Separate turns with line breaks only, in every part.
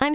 I'm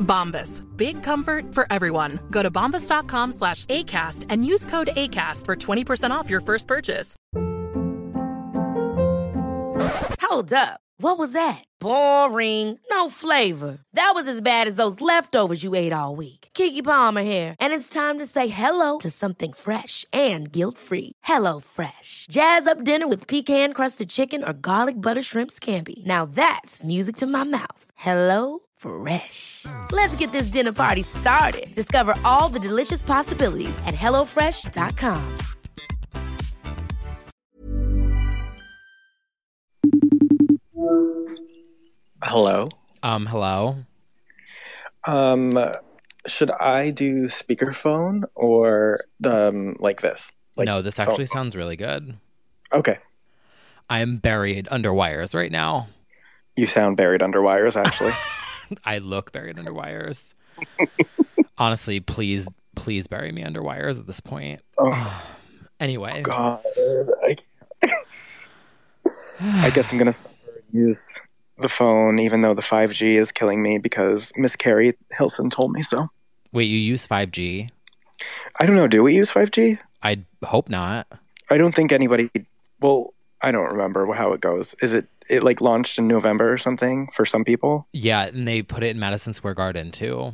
Bombas. Big comfort for everyone. Go to bombas.com slash ACAST and use code ACAST for 20% off your first purchase.
Hold up. What was that? Boring. No flavor. That was as bad as those leftovers you ate all week. Kiki Palmer here, and it's time to say hello to something fresh and guilt-free. Hello Fresh. Jazz up dinner with pecan-crusted chicken or garlic butter shrimp scampi. Now that's music to my mouth. Hello Fresh. Let's get this dinner party started. Discover all the delicious possibilities at hellofresh.com.
Hello.
Um, hello.
Um, should I do speakerphone or um like this? Like
no, this
phone
actually
call?
sounds really good.
okay.
I am buried under wires right now.
You sound buried under wires. Actually,
I look buried under wires. Honestly, please, please bury me under wires at this point.
oh
Anyway,
God, I, I guess I'm gonna suffer and use the phone, even though the 5G is killing me because Miss Carrie Hilson told me so.
wait, you use 5G?
I don't know. Do we use 5G?
I hope not.
I don't think anybody. Well, I don't remember how it goes. Is it it like launched in November or something for some people?
Yeah, and they put it in Madison Square Garden too.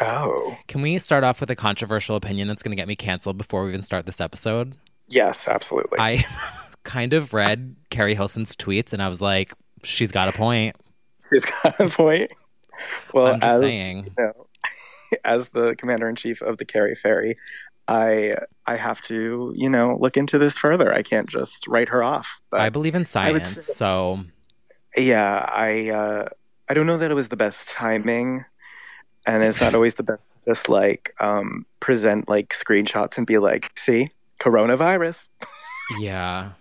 Oh,
Can we start off with a controversial opinion that's going to get me canceled before we even start this episode?
yes, absolutely.
I kind of read Carrie Hilson's tweets and I was like, she's got a point.
She's got a point. Well,
I'm just
as
saying.
you know, as the commander in chief of the Carrie Ferry, I I have to you know look into this further. I can't just write her off. But
I believe in
I would
science,
say-
so
yeah, I uh, I don't know that it was the best timing, and it's not always the best. to Just like um, present like screenshots and be like, see, coronavirus.
yeah.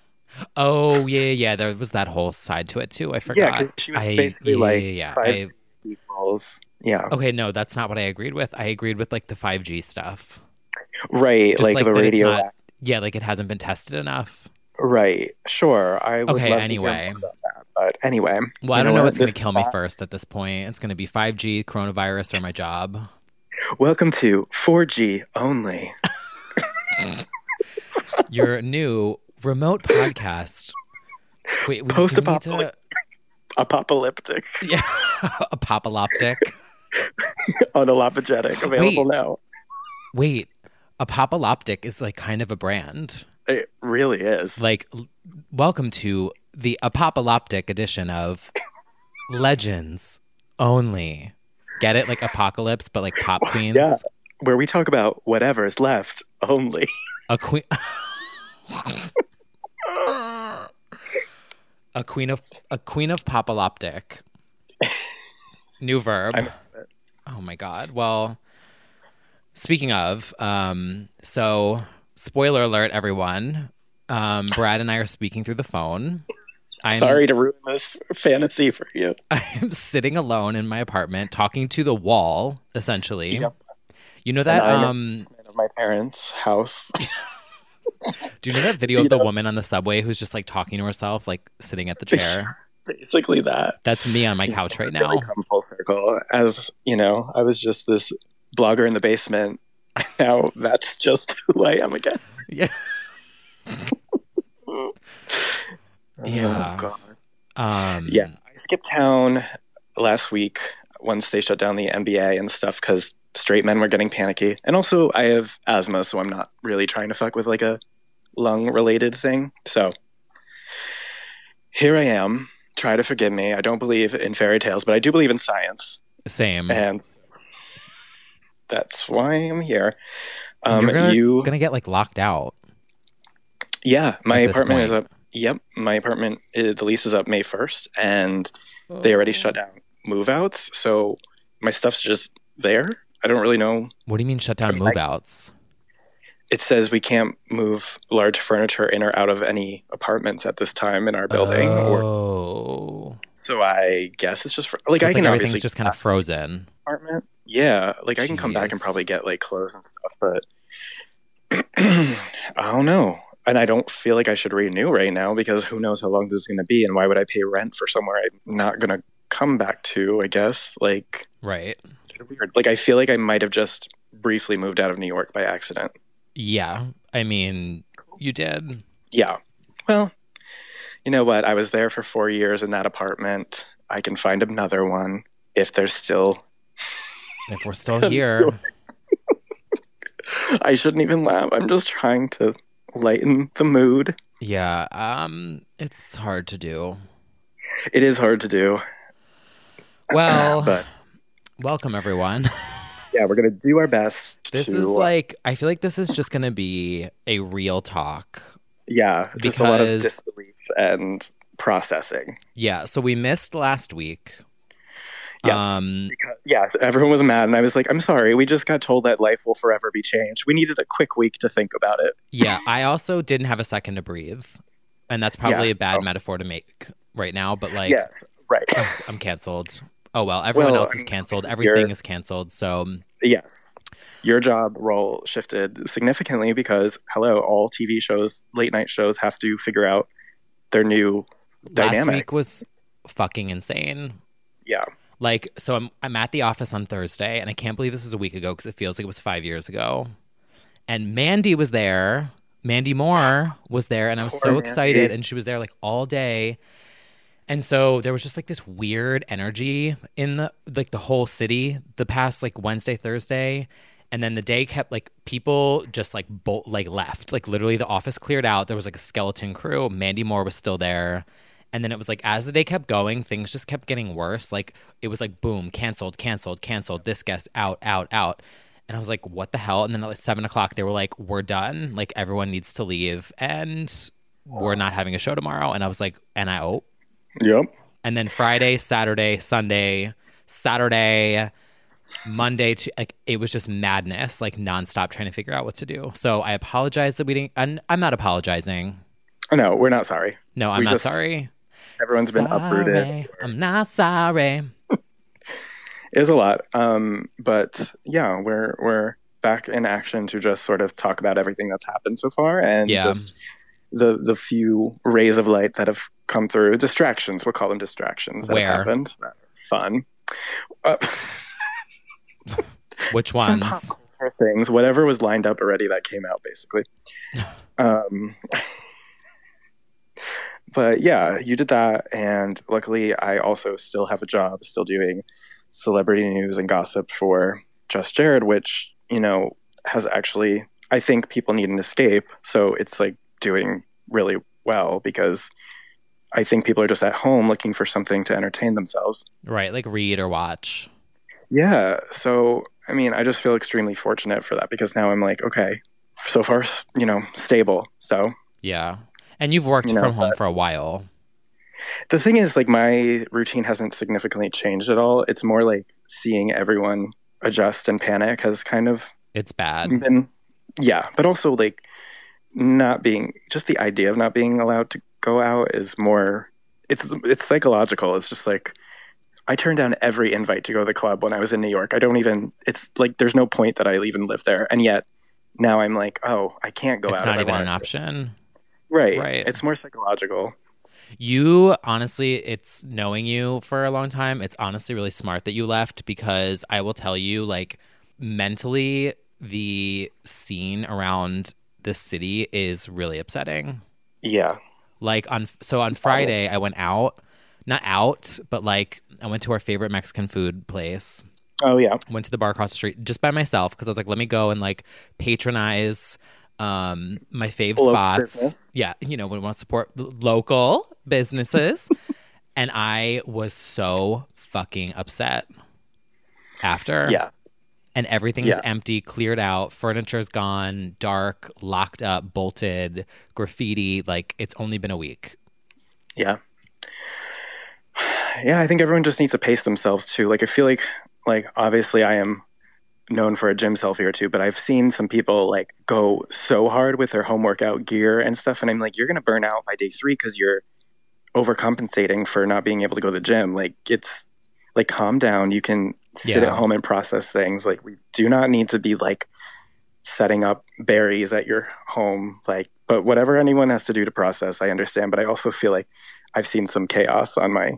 Oh yeah, yeah, yeah. There was that whole side to it too. I
Yeah,
forgot.
'cause she was
I-
basically
yeah,
like
yeah, yeah.
five
I-
equals. Yeah,
okay, no, that's not what I agreed with. I agreed with like the five G stuff.
right.
Just
Like, the
that it's
radio.
not- yeah, like it hasn't been tested enough.
Right. Sure. I would
Okay,
love to
anyway.
hear more about that. But anyway.
Well, I don't know, what's going
This
to kill me
is-
first at this point. It's going to be 5G, coronavirus, or my job.
Welcome to 4G only.
Your new remote podcast. Wait, we do need to
Post-apocalyptic. Apocalyptic.
yeah, apocalyptic.
Unalopogenic. Available
Wait.
now.
Wait, apocalyptic is like kind of a brand.
It really is.
Like, l- welcome to the apocalyptic edition of Legends Only. Get it? Like apocalypse, but like pop queens.
Yeah. Where we talk about whatever is left only.
A queen. a queen of a queen of popaloptic. New verb.
uh,
Oh my god. Well, speaking of, um, so spoiler alert, everyone. Um, Brad and I are speaking through the phone. I'm,
Sorry to ruin this fantasy for you.
I'm sitting alone in my apartment, talking to the wall, essentially.
Yep.
You know that
And I'm a
um,
basement of my parents' house.
Do you know that video of the woman on the subway who's just like talking to herself, like sitting at the chair?
Basically that.
That's me on my couch right now.
Really come full circle. As you know, I was just this blogger in the basement. Now that's just who I am again.
Yeah. Yeah.
Oh, God.
Um,
Yeah. I skipped town last week once they shut down the NBA and stuff because straight men were getting panicky. And also, I have asthma, so I'm not really trying to fuck with like a lung related thing. So here I am. Try to forgive me. I don't believe in fairy tales, but I do believe in science.
Same.
And that's why I'm here.
And
Um,
you're gonna,
you,
gonna get like locked out.
yeah, my
at this
apartment is
point.
up. Yep, my apartment, uh, the lease is up May 1st, and they already
Oh.
shut down move outs. So my stuff's just there. I don't really know
What do you mean shut down move outs?
it says we can't move large furniture in or out of any apartments at this time in our building. Or,
Oh,
so I guess it's just for, like
So
I
it's
can
like
obviously
everything's just kind of
pack to
frozen.
the apartment. Yeah, like I can come back and
Jeez.
probably get like clothes and stuff, but I don't know. And I don't feel like I should renew right now because who knows how long this is going to be, and why would I pay rent for somewhere I'm not going to come back to? I guess like
Right.
it's weird. Like I feel like I might have just briefly moved out of New York by accident.
Yeah. I mean, you did.
Yeah. Well, you know what? I was there for four years in that apartment. I can find another one if there's still.
If we're still here,
I shouldn't even laugh. I'm just trying to lighten the mood.
yeah. Um, it's hard to do.
It is hard to do,
Well,
but
welcome everyone.
yeah, we're gonna do our best.
This
to- uh,
is like I feel like this is just gonna be a real talk.
yeah, just a lot of
because-
disbelief and processing.
Yeah. So we missed last week.
Yeah.
Um,
Yes, everyone was mad, and I was like, "I'm sorry. We just got told that life will forever be changed. We needed a quick week to think about it."
yeah. I also didn't have a second to breathe, and that's probably
Yeah.
a bad
Oh.
metaphor to make right now. But like,
yes, right.
I'm canceled. Oh well, everyone
Well,
else
I
is
mean,
canceled.
obviously
Everything
you're-
is canceled. So
Yes. Your job role shifted significantly because, hello, all TV shows, late night shows have to figure out their new
last
dynamic.
week was fucking insane.
Yeah.
Like, so I'm I'm at the office on Thursday, and I can't believe this is a week ago because it feels like it was five years ago. And Mandy was there. Mandy Moore was there, and I was
Poor
so
Mandy.
excited. And she was there like all day. And so there was just like this weird energy in the like the whole city the past like Wednesday, Thursday. And then the day kept like people just like bolt like left. Like literally the office cleared out. There was like a skeleton crew. Mandy Moore was still there. And then it was like as the day kept going, things just kept getting worse. Like it was like boom, canceled, canceled, canceled, this guest out, out, out. And I was like, what the hell? And then at like seven o'clock, they were like, we're done. Like everyone needs to leave. And we're not having a show tomorrow. And I was like, and I oh.
Yep.
And then Friday, Saturday, Sunday, Saturday, Monday, to, like it was just madness, like nonstop trying to figure out what to do. So I apologize that we didn't, and I'm not apologizing.
Oh, no, we're not sorry.
No, I'm
We
not
just-
sorry.
Everyone's been uprooted.
Sorry. I'm not sorry.
It was a lot. Um, but yeah, we're we're back in action to just sort of talk about everything that's happened so far and
Yeah.
just the the few rays of light that have come through. Distractions, we'll call them distractions that
Where?
have happened. That are fun. Uh,
Which
Some
ones?
pop culture things, whatever was lined up already that came out basically. um, but yeah, you did that, and luckily, I also still have a job, still doing celebrity news and gossip for Just Jared, which you know has actually, I think people need an escape, so it's like doing really well because I think people are just at home looking for something to entertain themselves.
Right, like read or watch.
Yeah. So, I mean, I just feel extremely fortunate for that because now I'm like, okay, so far, you know, stable. So
Yeah. And you've worked
You know,
from home
but-
for a while.
the thing is, like, my routine hasn't significantly changed at all. It's more like seeing everyone adjust and panic has kind of
It's bad.
been, yeah. But also, like, not being just the idea of not being allowed to go out is more, it's, it's psychological. It's just like, I turned down every invite to go to the club when I was in New York. I don't even. It's like there's no point that I even live there, and yet now I'm like, oh, I can't go
it's
out.
not
if I
even an
wanted to.
option.
Right.
Right.
It's more psychological.
You honestly, it's knowing you for a long time. It's honestly really smart that you left because I will tell you, like, mentally, the scene around this city is really upsetting.
Yeah.
Like on so on Friday, I went out, not out, but like I went to our favorite Mexican food place
Oh yeah.
went to the bar across the street just by myself because I was like, let me go and like patronize um, my fave
Local
spots.
business.
Yeah, you know, we want to support l- local businesses. and I was so fucking upset after.
Yeah.
And everything is
Yeah.
empty, cleared out, furniture's gone, dark, locked up, bolted, graffiti. Like it's only been a week.
Yeah. Yeah, I think everyone just needs to pace themselves too. Like I feel like like obviously I am known for a gym selfie or two, but I've seen some people like go so hard with their home workout gear and stuff and I'm like you're going to burn out by day 3 cuz you're overcompensating for not being able to go to the gym. Like it's like calm down. You can sit
Yeah.
at home and process things. Like we do not need to be like setting up berries at your home like but whatever anyone has to do to process i understand but i also feel like i've seen some chaos on my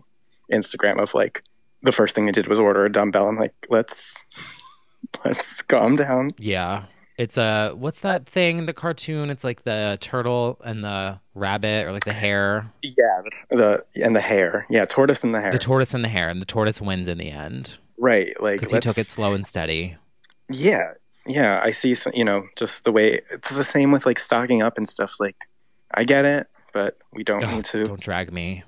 instagram of like the first thing i did was order a dumbbell i'm like let's let's calm down
Yeah. It's a what's that thing? The cartoon. It's like the turtle and the rabbit, or like the hare,
yeah the, the and the hair yeah tortoise and the hair
the tortoise and the hare, and the tortoise wins in the end
right like
because he took
let's-
it slow and steady.
Yeah, yeah. I see. Some, you know, just the way it's the same with like stocking up and stuff. Like, I get it, but we don't
Ugh,
need to.
Don't drag me.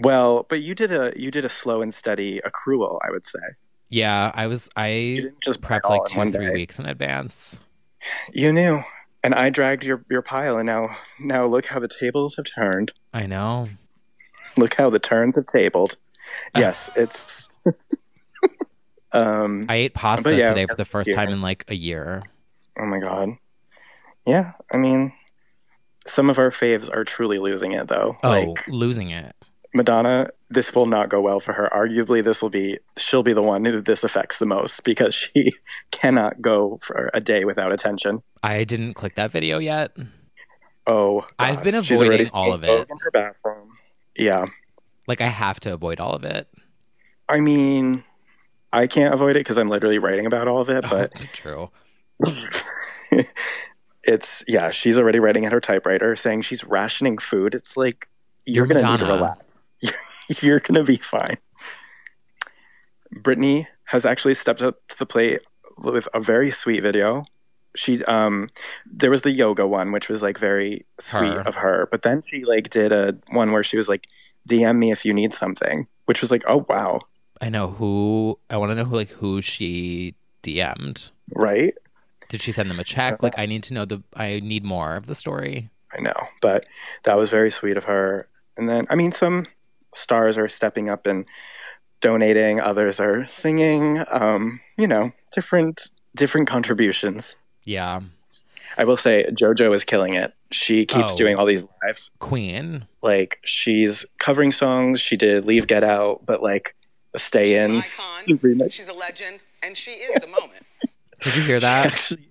Well, but you did a you did a slow and steady accrual. I would say
Yeah, I was. I
you didn't just buy it
prepped
all
like
in
two,
one
three
day.
weeks in advance.
You knew, and I dragged your your pile, and now now look how the tables have turned.
I know.
Look how the turns have tabled. Yes, it's. um.
I ate pasta
yeah,
today for the
that's
first
here.
time in like a year.
Oh my god. Yeah, I mean, some of our faves are truly losing it though.
Oh,
Like,
losing it.
Madonna, this will not go well for her. Arguably, this will be she'll be the one who this affects the most because she cannot go for a day without attention.
I didn't click that video yet.
Oh, God.
I've been
She's already
avoiding all of
staying
it.
in her bathroom. Yeah,
Like I have to avoid all of it.
I mean, I can't avoid it because I'm literally writing about all of
Oh,
it. But
True.
it's yeah, she's already writing at her typewriter saying she's rationing food. It's like you're,
You're
gonna need to
Madonna.
relax. you're gonna be fine. Brittany has actually stepped up to the plate with a very sweet video. She um there was the yoga one which was like very sweet
Her.
of her, but then she like did a one where she was like DM me if you need something, which was like, "Oh wow."
I know who. I want to know who like who she DM'd.
Right?
Did she send them a check? Like, I need to know the. I need more of the story.
I know, but that was very sweet of her. And then, I mean, some stars are stepping up and donating. Others are singing. Um, you know, different different contributions.
Yeah,
I will say, JoJo is killing it. She keeps
Oh.
doing all these lives.
Queen.
Like she's covering songs. She did "Leave Get Out," but like "Stay
She's
In."
an icon. She's a legend, and she is the moment.
Did you hear that?
Actually,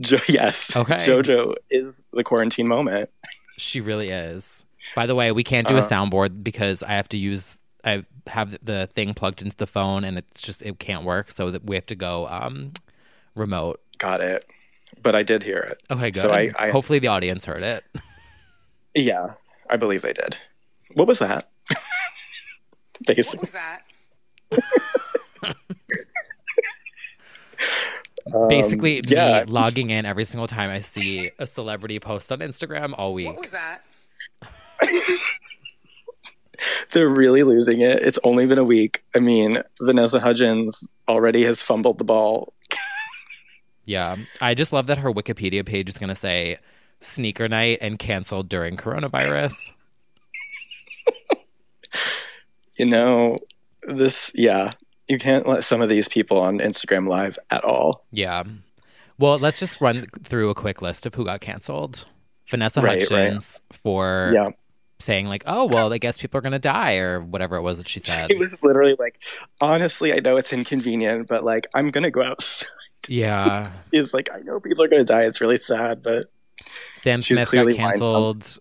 jo- yes.
Uh, Okay.
JoJo is the quarantine moment.
she really is. By the way, we can't do a
Uh-huh.
soundboard because I have to use. I have the thing plugged into the phone, and it's just it can't work. So that we have to go um remote.
Got it. But I did hear it.
Okay, good.
So I- I-
Hopefully, the audience heard it.
Yeah, I believe they did. What was that?
What
Basically,
was that?
Basically,
Um, yeah.
me logging in every single time I see a celebrity post on Instagram all week.
What was that?
they're really losing it. It's only been a week. I mean, Vanessa Hudgens already has fumbled the ball.
Yeah. I just love that her Wikipedia page is going to say sneaker night and canceled during coronavirus.
You know, this, yeah, you can't let some of these people on Instagram Live at all.
yeah. Well, let's just run through a quick list of who got canceled. Vanessa
Right, right.
Hutchins for
Yeah.
saying, like, oh, well, I guess people are going to die or whatever it was that she said.
It was literally like, honestly, I know it's inconvenient, but like, I'm going to go outside.
yeah.
It's like, I know people are going to die. It's really sad, but
Sam
She was
Smith got
clearly lying.
canceled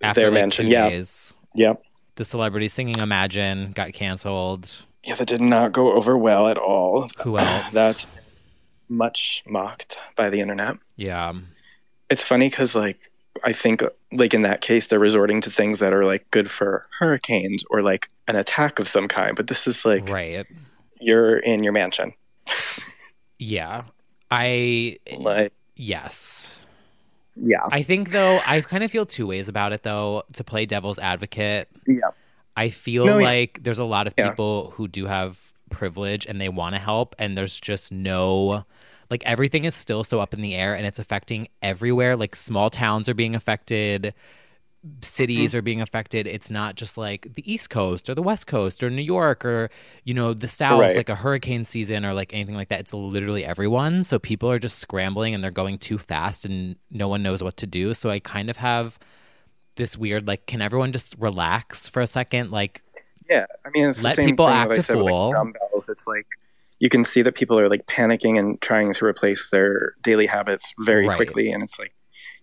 after
Their
like
mansion,
two
yeah.
days.
yeah.
The celebrity singing Imagine got canceled.
Yeah, that did not go over well at all.
Who else?
That's much mocked by the internet.
Yeah.
It's funny because, like, I think, like, in that case, they're resorting to things that are, like, good for hurricanes or, like, an attack of some kind. But this is, like,
Right.
you're in your mansion.
Yeah. I,
Like,
yes.
Yeah.
I think though, I kind of feel two ways about it though. To play devil's advocate,
Yeah.
I feel
No, yeah.
like there's a lot of
Yeah.
people who do have privilege and they want to help, and there's just no, like everything is still so up in the air, and it's affecting everywhere. Like small towns are being affected, cities
Mm-hmm.
are being affected. It's not just like the East Coast or the West Coast or New York or you know the South,
Right.
like a hurricane season or like anything like that. It's literally everyone. So people are just scrambling and they're going too fast, and no one knows what to do. So I kind of have this weird like can everyone just relax for a second like
Yeah, I mean, it's
Let
the same
people
thing
act
that
a
I said with,
fool.
like, dumbbells. It's like you can see that people are like panicking and trying to replace their daily habits very
Right.
quickly, and it's like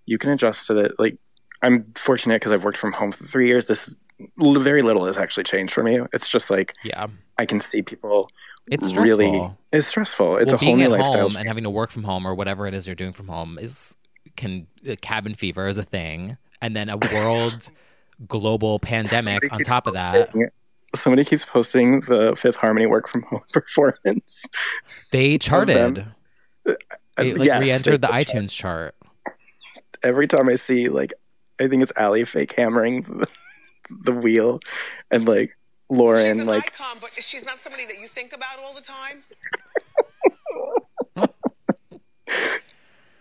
you can adjust to that. Like, I'm fortunate because I've worked from home for three years. This l- very little has actually changed for me. It's just like
yeah
I can see people.
it's stressful
really it's stressful. It's
Well,
a whole
being
new
at
lifestyle.
home and having to work from home or whatever it is you're doing from home is can uh, cabin fever is a thing and then a world global pandemic
Somebody
on
keeps
top of that
posting- Somebody keeps posting the Fifth Harmony work from home performance.
they charted
them.
they
Uh,
like
yes, they
re-entered the
did chart.
itunes chart
every time I see like I think it's Allie fake hammering the, the wheel and like
She's
Lauren
an
like
icon, but she's not somebody that you think about all the time.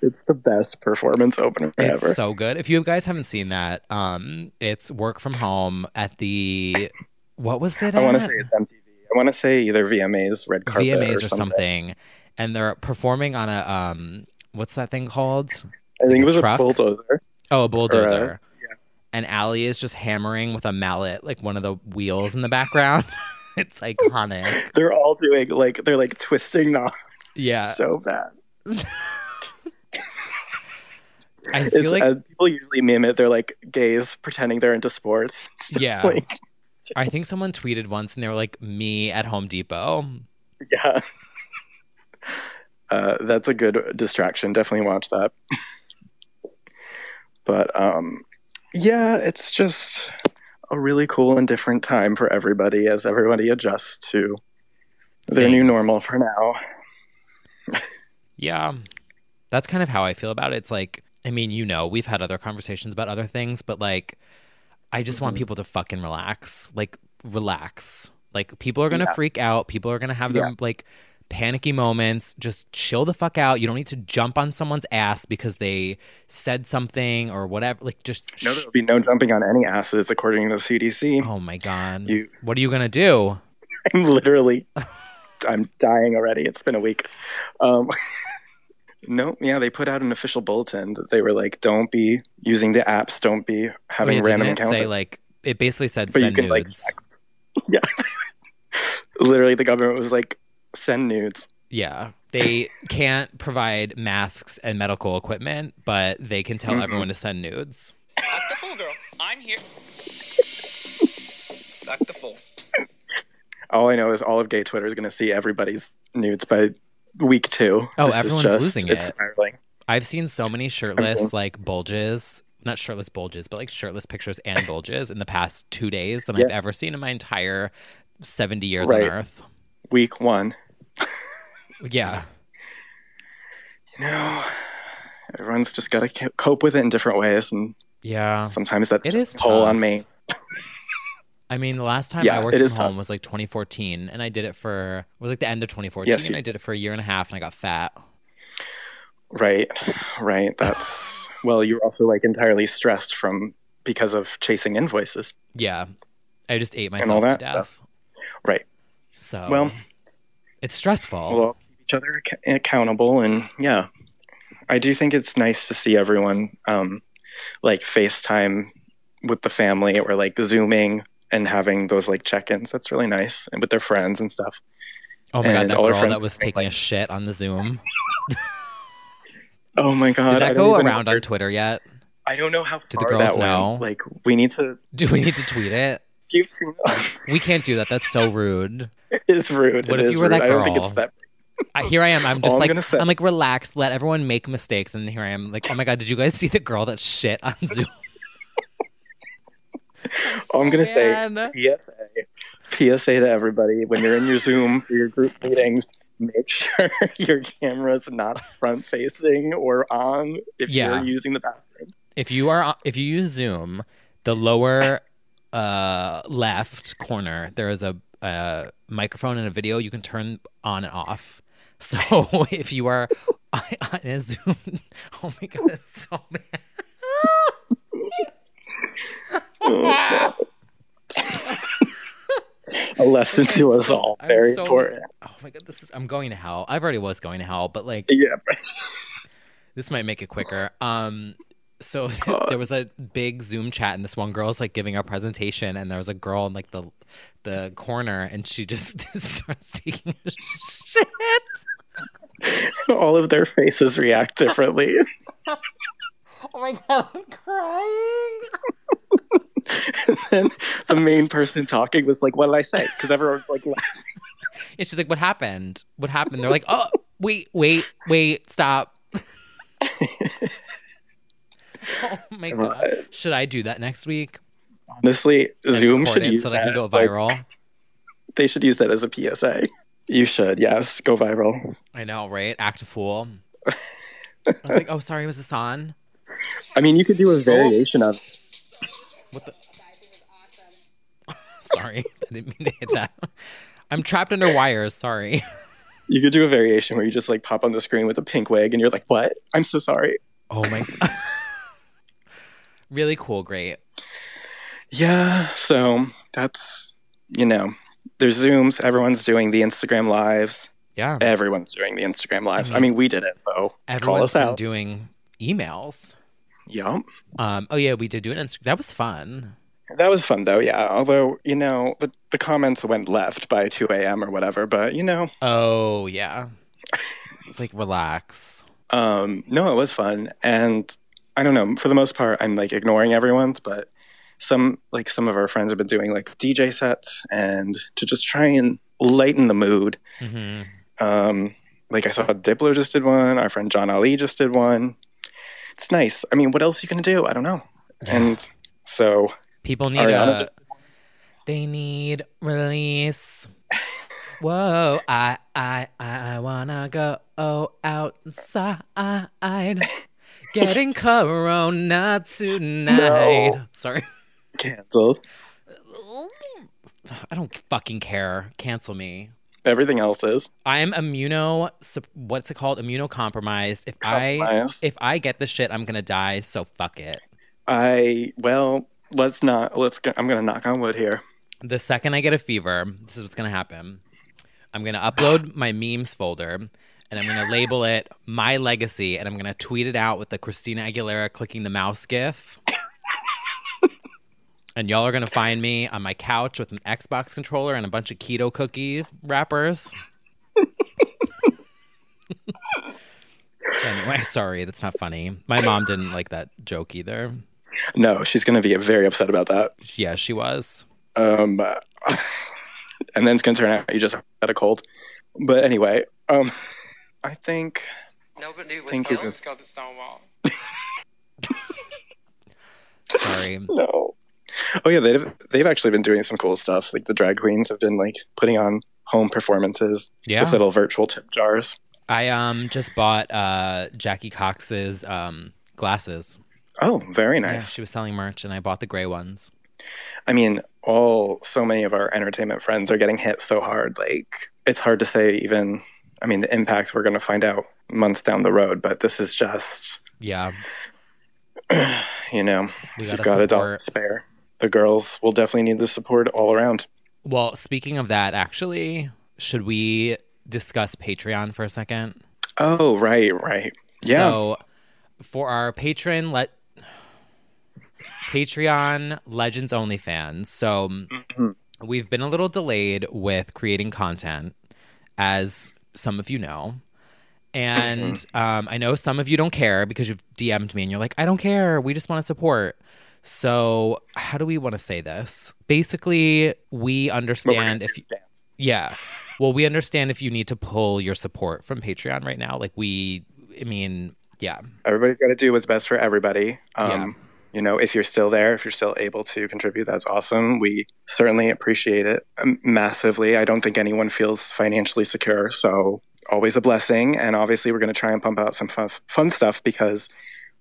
it's the best performance opener ever.
It's so good. If you guys haven't seen that, um, it's work from home at the what was it?
I want to
at?
say it's MTV. I want to say either VMAs, red carpet,
VMAs
or,
or something. and they're performing on a um, what's that thing called?
I
Like
think
a
it was
truck?
a bulldozer.
Oh, a bulldozer. And Allie is just hammering with a mallet, like one of the wheels in the background. it's iconic.
They're all doing like they're like twisting knobs
Yeah,
so bad.
I
It's
feel like
uh, people usually meme it. They're like gays pretending they're into sports.
yeah.
like-
I think someone tweeted once, and they were like, "Me at Home Depot."
Yeah. Uh, that's a good distraction. Definitely watch that. but um, yeah, it's just a really cool and different time for everybody as everybody adjusts to their new
Things.
normal for now.
Yeah. That's kind of how I feel about it. It's like, I mean, you know, we've had other conversations about other things, but like, I just
Mm-hmm.
want people to fucking relax. Like, relax. Like, people are going to freak out. People are going to have their like panicky moments. Just chill the fuck out. You don't need to jump on someone's ass because they said something or whatever. Like, just,
No,
sh-
there'll be no jumping on any asses according to the CDC.
oh my God.
You-
what are you going to do?
I'm literally, I'm dying already. It's been a week. Um, no, yeah, they put out an official bulletin that they were like, don't be using the apps, don't be having
Wait, didn't
random
it
encounters.
say, like, it basically said
but you
send
can like,
nudes.
text. yeah. literally, the government was like, send nudes.
Yeah. They can't provide masks and medical equipment, but they can
Mm-hmm.
tell everyone to send nudes.
Act the fool, girl. I'm here. Act the fool.
All I know is all of gay Twitter is going to see everybody's nudes by week two.
Oh,
This is
everyone's
just-
losing
it's
it.
Spiraling.
I've seen so many shirtless, like bulges, not shirtless bulges, but like shirtless pictures and bulges in the past two days than I've ever seen in my entire 70 years
Right.
on earth.
Week one.
Yeah.
No. Everyone's just got to cope with it in different ways. And
Yeah.
sometimes that's
It is
a toll
tough.
on me.
I mean, the last time
Yeah,
I worked
it
from
is
home
tough.
was like 2014, and I did it for, it was like the end of 2014,
Yes,
and
you-
I did it for a year and a half, and I got fat.
Right, right. That's well. You're also like entirely stressed from because of chasing invoices.
Yeah. I just ate myself
all that
to death.
stuff. Right.
So
Well-
it's stressful.
We'll all keep each other ac- accountable, and yeah, I do think it's nice to see everyone um, like FaceTime with the family or like zooming and having those like check-ins. That's really nice, and with their friends and stuff.
oh my god,
and
that
all our
girl
friends
that was
were
taking a shit on the Zoom.
Oh my god!
Did
I
that
don't
go
even know-
around on Twitter yet?
I don't know how far
the girls
that
know?
went. Like we need to.
Do we need to tweet it?
You've seen.
We can't do that. That's so rude.
it's rude.
What
It
if
is
you were that
rude. I don't think
girl?
it's that.
I, here I am. I'm just
All I'm
like
gonna say-
I'm like relax. Let everyone make mistakes, and here I am. Like oh my god, did you guys see the girl that shit on Zoom?
All I'm gonna say
Man.
PSA. PSA to everybody when you're in your Zoom for your group meetings, make sure your camera's not front facing or on if
Yeah.
you're using the bathroom.
If you are if you use Zoom, the lower uh, left corner there is a, a microphone and a video you can turn on and off. So if you are on a Zoom, oh my god, it's so bad.
A lesson to us all.
I'm
Very
so-
important.
Oh my god, this is I'm going to hell. I've already was going to hell, but like
Yeah.
this might make it quicker. Um, so there was a big Zoom chat, and this one girl's like giving a presentation, and there was a girl in like the the corner, and she just starts taking a shit.
all of their faces react differently.
Oh my god, I'm crying.
and then the main person talking was like, "What did I say?" Because everyone's like, laughing.
And she's like, "What happened? What happened?" They're like, "Oh, wait, wait, wait, stop." oh my god, should I do that next week?
honestly, Zoom
Record
should
it
use
so that
that.
I can go
like,
viral.
they should use that as a PSA. You should, yes, go viral.
I know, right? Act a fool. I was like, "Oh, sorry, was this on?"
I mean, you could do a variation of.
Sorry, I didn't mean to hit that. I'm trapped under wires. Sorry.
You could do a variation where you just like pop on the screen with a pink wig, and you're like, "What? I'm so sorry."
Oh my. really cool. Great.
Yeah, so that's you know, there's Zooms. Everyone's doing the Instagram lives.
Yeah.
Everyone's doing the Instagram lives. I mean, we did it, so call
Everyone's
us
been
out.
doing emails.
Yup.
Um. Oh yeah, we did do an Instagram. That was fun.
That was fun though, yeah. Although, you know, the, the comments went left by 2 a.m. or whatever, but you know,
Oh yeah. It's like relax.
um, no, it was fun. And I don't know, for the most part, I'm like ignoring everyone's, but some, like some of our friends have been doing like DJ sets and to just try and lighten the mood.
hmm
Um, like I saw Diplo just did one, our friend John Ali just did one. It's nice. I mean, what else you gonna do? I don't know. And so
People need
Ariana
a. They need release. Whoa! I I I wanna go outside. Getting corona tonight. Sorry,
canceled.
I don't fucking care. Cancel me.
Everything else is.
I'm immuno. What's it called? Immunocompromised. If I
Compromised.
if I get this shit, I'm gonna die. So fuck it.
I well, let's not. Let's. Go, I'm gonna knock on wood here.
The second I get a fever, this is what's going to happen. I'm going to upload my memes folder and I'm going to label it My Legacy and I'm going to tweet it out with the Christina Aguilera clicking the mouse gif. and y'all are going to find me on my couch with an Xbox controller and a bunch of keto cookie wrappers. anyway, sorry, that's not funny. My mom didn't like that joke either.
No, she's gonna be very upset about that.
Yeah, she was.
Um, and then it's gonna turn out you just had a cold. But anyway, um, I think
Nobody was
Thank you.
killed. It's called the Stonewall.
Sorry.
no. Oh yeah, they've they've actually been doing some cool stuff. Like the drag queens have been like putting on home performances
Yeah.
with little virtual tip jars.
I um just bought uh Jackie Cox's um glasses.
Oh, very
Yeah,
nice.
she was selling merch and I bought the gray ones.
I mean, all so many of our entertainment friends are getting hit so hard. Like, it's hard to say even. I mean, the impact we're going to find out months down the road, but this is just,
Yeah.
you know,
We
if you've got
gotta
a dollar
support.
to spare, the girls will definitely need the support all around.
Well, speaking of that, actually, should we discuss Patreon for a second?
Oh, right, right. Yeah.
So for our patron let Patreon Legends Only fans. So we've been a little delayed with creating content, as some of you know. And um, I know some of you don't care because you've DM'd me and you're like, I don't care. We just want to support. So how do we want to say this? Basically, we understand if you, yeah. Well, we understand if you need to pull your support from Patreon right now. Like we, I mean, yeah.
Everybody's got to do what's best for everybody. Um, You know, if you're still there, if you're still able to contribute, that's awesome. We certainly appreciate it um, massively. I don't think anyone feels financially secure, so always a blessing. And obviously, we're going to try and pump out some fun, fun stuff because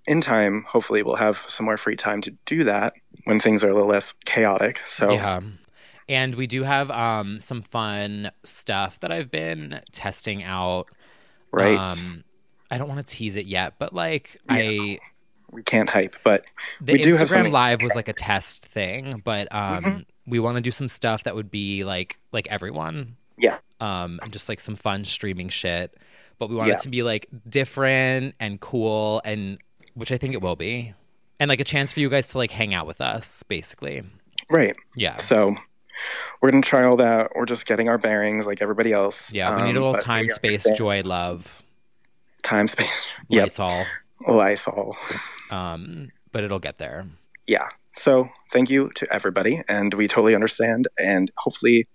in time, hopefully, we'll have some more free time to do that when things are a little less chaotic. So,
Yeah. And we do have um, some fun stuff that I've been testing out.
right,
Um, I don't want to tease it yet, but like I
we can't hype, but
the
we do have
Instagram
something.
Live was like a test thing, but um,
Mm-hmm.
we want to do some stuff that would be like like everyone,
Yeah.
um, and just like some fun streaming shit. But we want
Yeah.
it to be like different and cool, and which I think it will be, and like a chance for you guys to like hang out with us, basically.
Right.
Yeah,
So we're gonna try all that. We're just getting our bearings, like everybody else.
yeah. we need a
Um,
little
but so
time,
you
space,
understand-
joy, love.
Time, space. yep.
It's all.
Lysol.
Um, but it'll get there.
Yeah. So thank you to everybody, and we totally understand. And hopefully,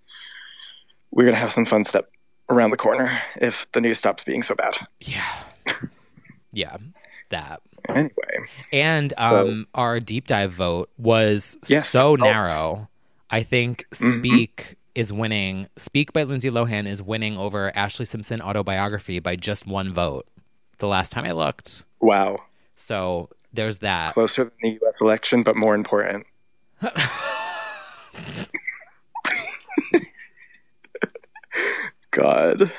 we're gonna have some fun stuff around the corner if the news stops being so bad.
Yeah, yeah. That.
Anyway,
And um, our deep dive vote was
Yes,
so
results.
narrow. I think
Mm-hmm.
Speak is winning. Speak by Lindsay Lohan is winning over Ashley Simpson autobiography by just one vote. The last time I looked.
wow.
So there's that.
Closer than the U.S. election, but more important. God.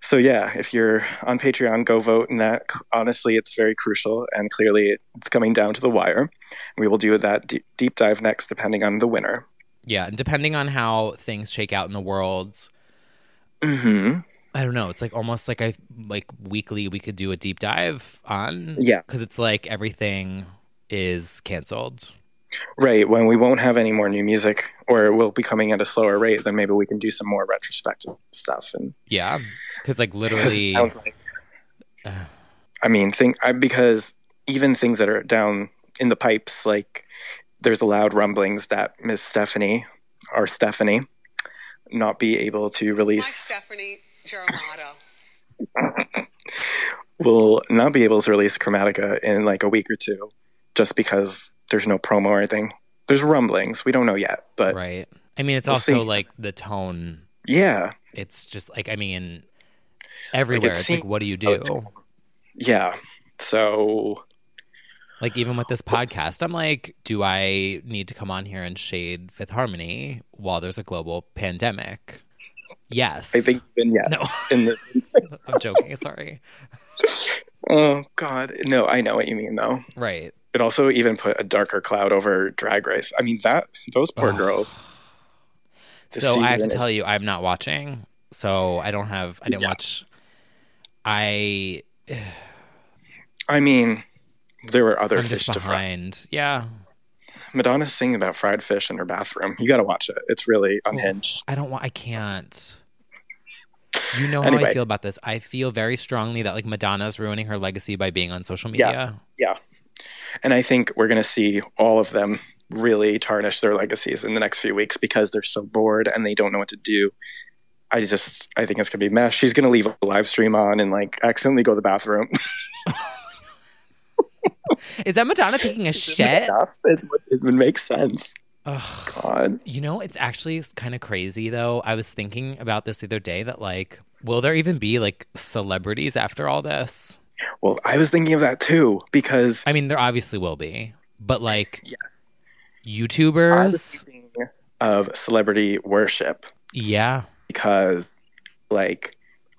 So yeah, if you're on Patreon, go vote, and that honestly, it's very crucial, and clearly, it's coming down to the wire. We will do that deep, deep dive next, depending on the winner.
Yeah. And depending on how things shake out in the world,
Mm-hmm.
I don't know. It's like almost like I like weekly we could do a deep dive on.
Yeah.
Because it's like everything is canceled.
Right when we won't have any more new music, or it will be coming at a slower rate, then maybe we can do some more retrospective stuff. And
Yeah. Because like
'cause it
literally.
sounds like I mean, think I, because even things that are down in the pipes, like there's loud rumblings that Miss Stephanie or Stephanie not be able to
Like
release
Stephanie Germano.
will not be able to release Chromatica in like a week or two, just because there's no promo or anything. There's rumblings. We don't know yet, but
Right. I mean, it's
We'll
also
see.
like the tone.
yeah,
It's just like I mean, everywhere. it's like, what do you
seems- oh,
do?
it's yeah. So
Like even with this podcast, I'm like, do I need to come on here and shade Fifth Harmony while there's a global pandemic? Yes.
I think then yeah,
No.
in the
I'm joking. Sorry.
oh god, no, I know what you mean though.
Right.
It also even put a darker cloud over Drag Race. I mean that those poor
Ugh.
girls. The
So I have to
season is-
tell you, I'm not watching. So I don't have. I didn't
Yeah.
watch. I
I mean, there were other
I'm
fish
just
to fry.
behind. Yeah.
Madonna's singing about fried fish in her bathroom. You got to watch it. It's really unhinged.
I don't want. I can't. You know how I
Anyway.
feel about this. I feel very strongly that like Madonna's ruining her legacy by being on social
Yeah.
media.
And I think we're going to see all of them really tarnish their legacies in the next few weeks because they're so bored and they don't know what to do. I just, I think it's going to be a mess. She's going to leave a live stream on and like accidentally go to the bathroom.
Is that Madonna taking a shit?
it, would, it would make sense.
Ugh.
God.
You know, it's actually kind of crazy though. I was thinking about this the other day that like, will there even be like celebrities after all this?
Well, I was thinking of that too because,
I mean, there obviously will be, but like
yes, I was
YouTubers,
thinking of celebrity worship.
yeah,
because like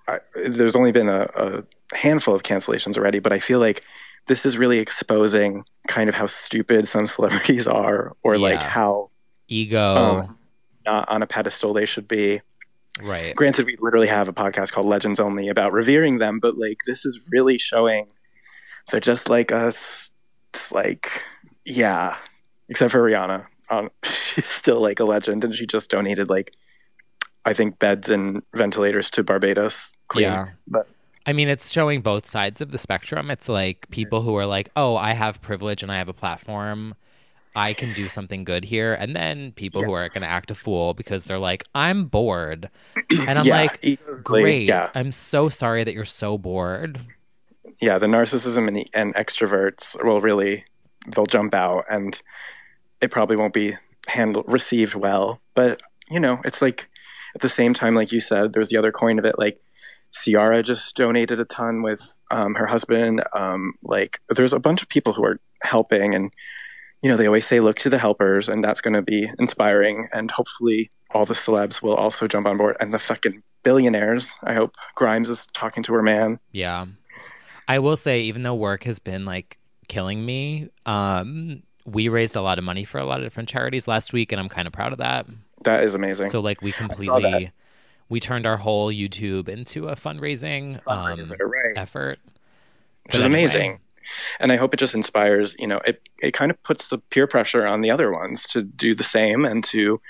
I, there's only been a, a handful of cancellations already but i feel like this is really exposing kind of how stupid some celebrities are or like
Yeah.
how
ego,
um, not on a pedestal they should be
right?
granted we literally have a podcast called legends only about revering them but like this is really showing they're just like us it's like yeah except for rihanna um, she's still like a legend and she just donated like i think beds and ventilators to barbados queen
Yeah.
but
I mean, it's showing both sides of the spectrum. It's like people who are like, oh, I have privilege and I have a platform. I can do something good here. And then people who are going to act a fool because they're like, I'm bored. And I'm
yeah,
like,
ego's really-
great.
yeah
I'm so sorry that you're so bored.
yeah the narcissism and, the, and extroverts will really they'll jump out and it probably won't be handled received well. But you know, it's like at the same time, like you said, there's the other coin of it. Like Ciara just donated a ton with um, her husband. Um, like there's a bunch of people who are helping, and you know they always say look to the helpers, and that's going to be inspiring. And hopefully, all the celebs will also jump on board, and the fucking billionaires. I hope Grimes is talking to her man.
Yeah. I will say, even though work has been like killing me, um, we raised a lot of money for a lot of different charities last week, and I'm kind of proud of that.
That is amazing.
So, like, we
saw that.
completely we turned our whole YouTube into a fundraising, um,
Fundraiser, right.
effort,
which is amazing. And I hope it just inspires, you know, it, it kind of puts the peer pressure on the other ones to do the same and to,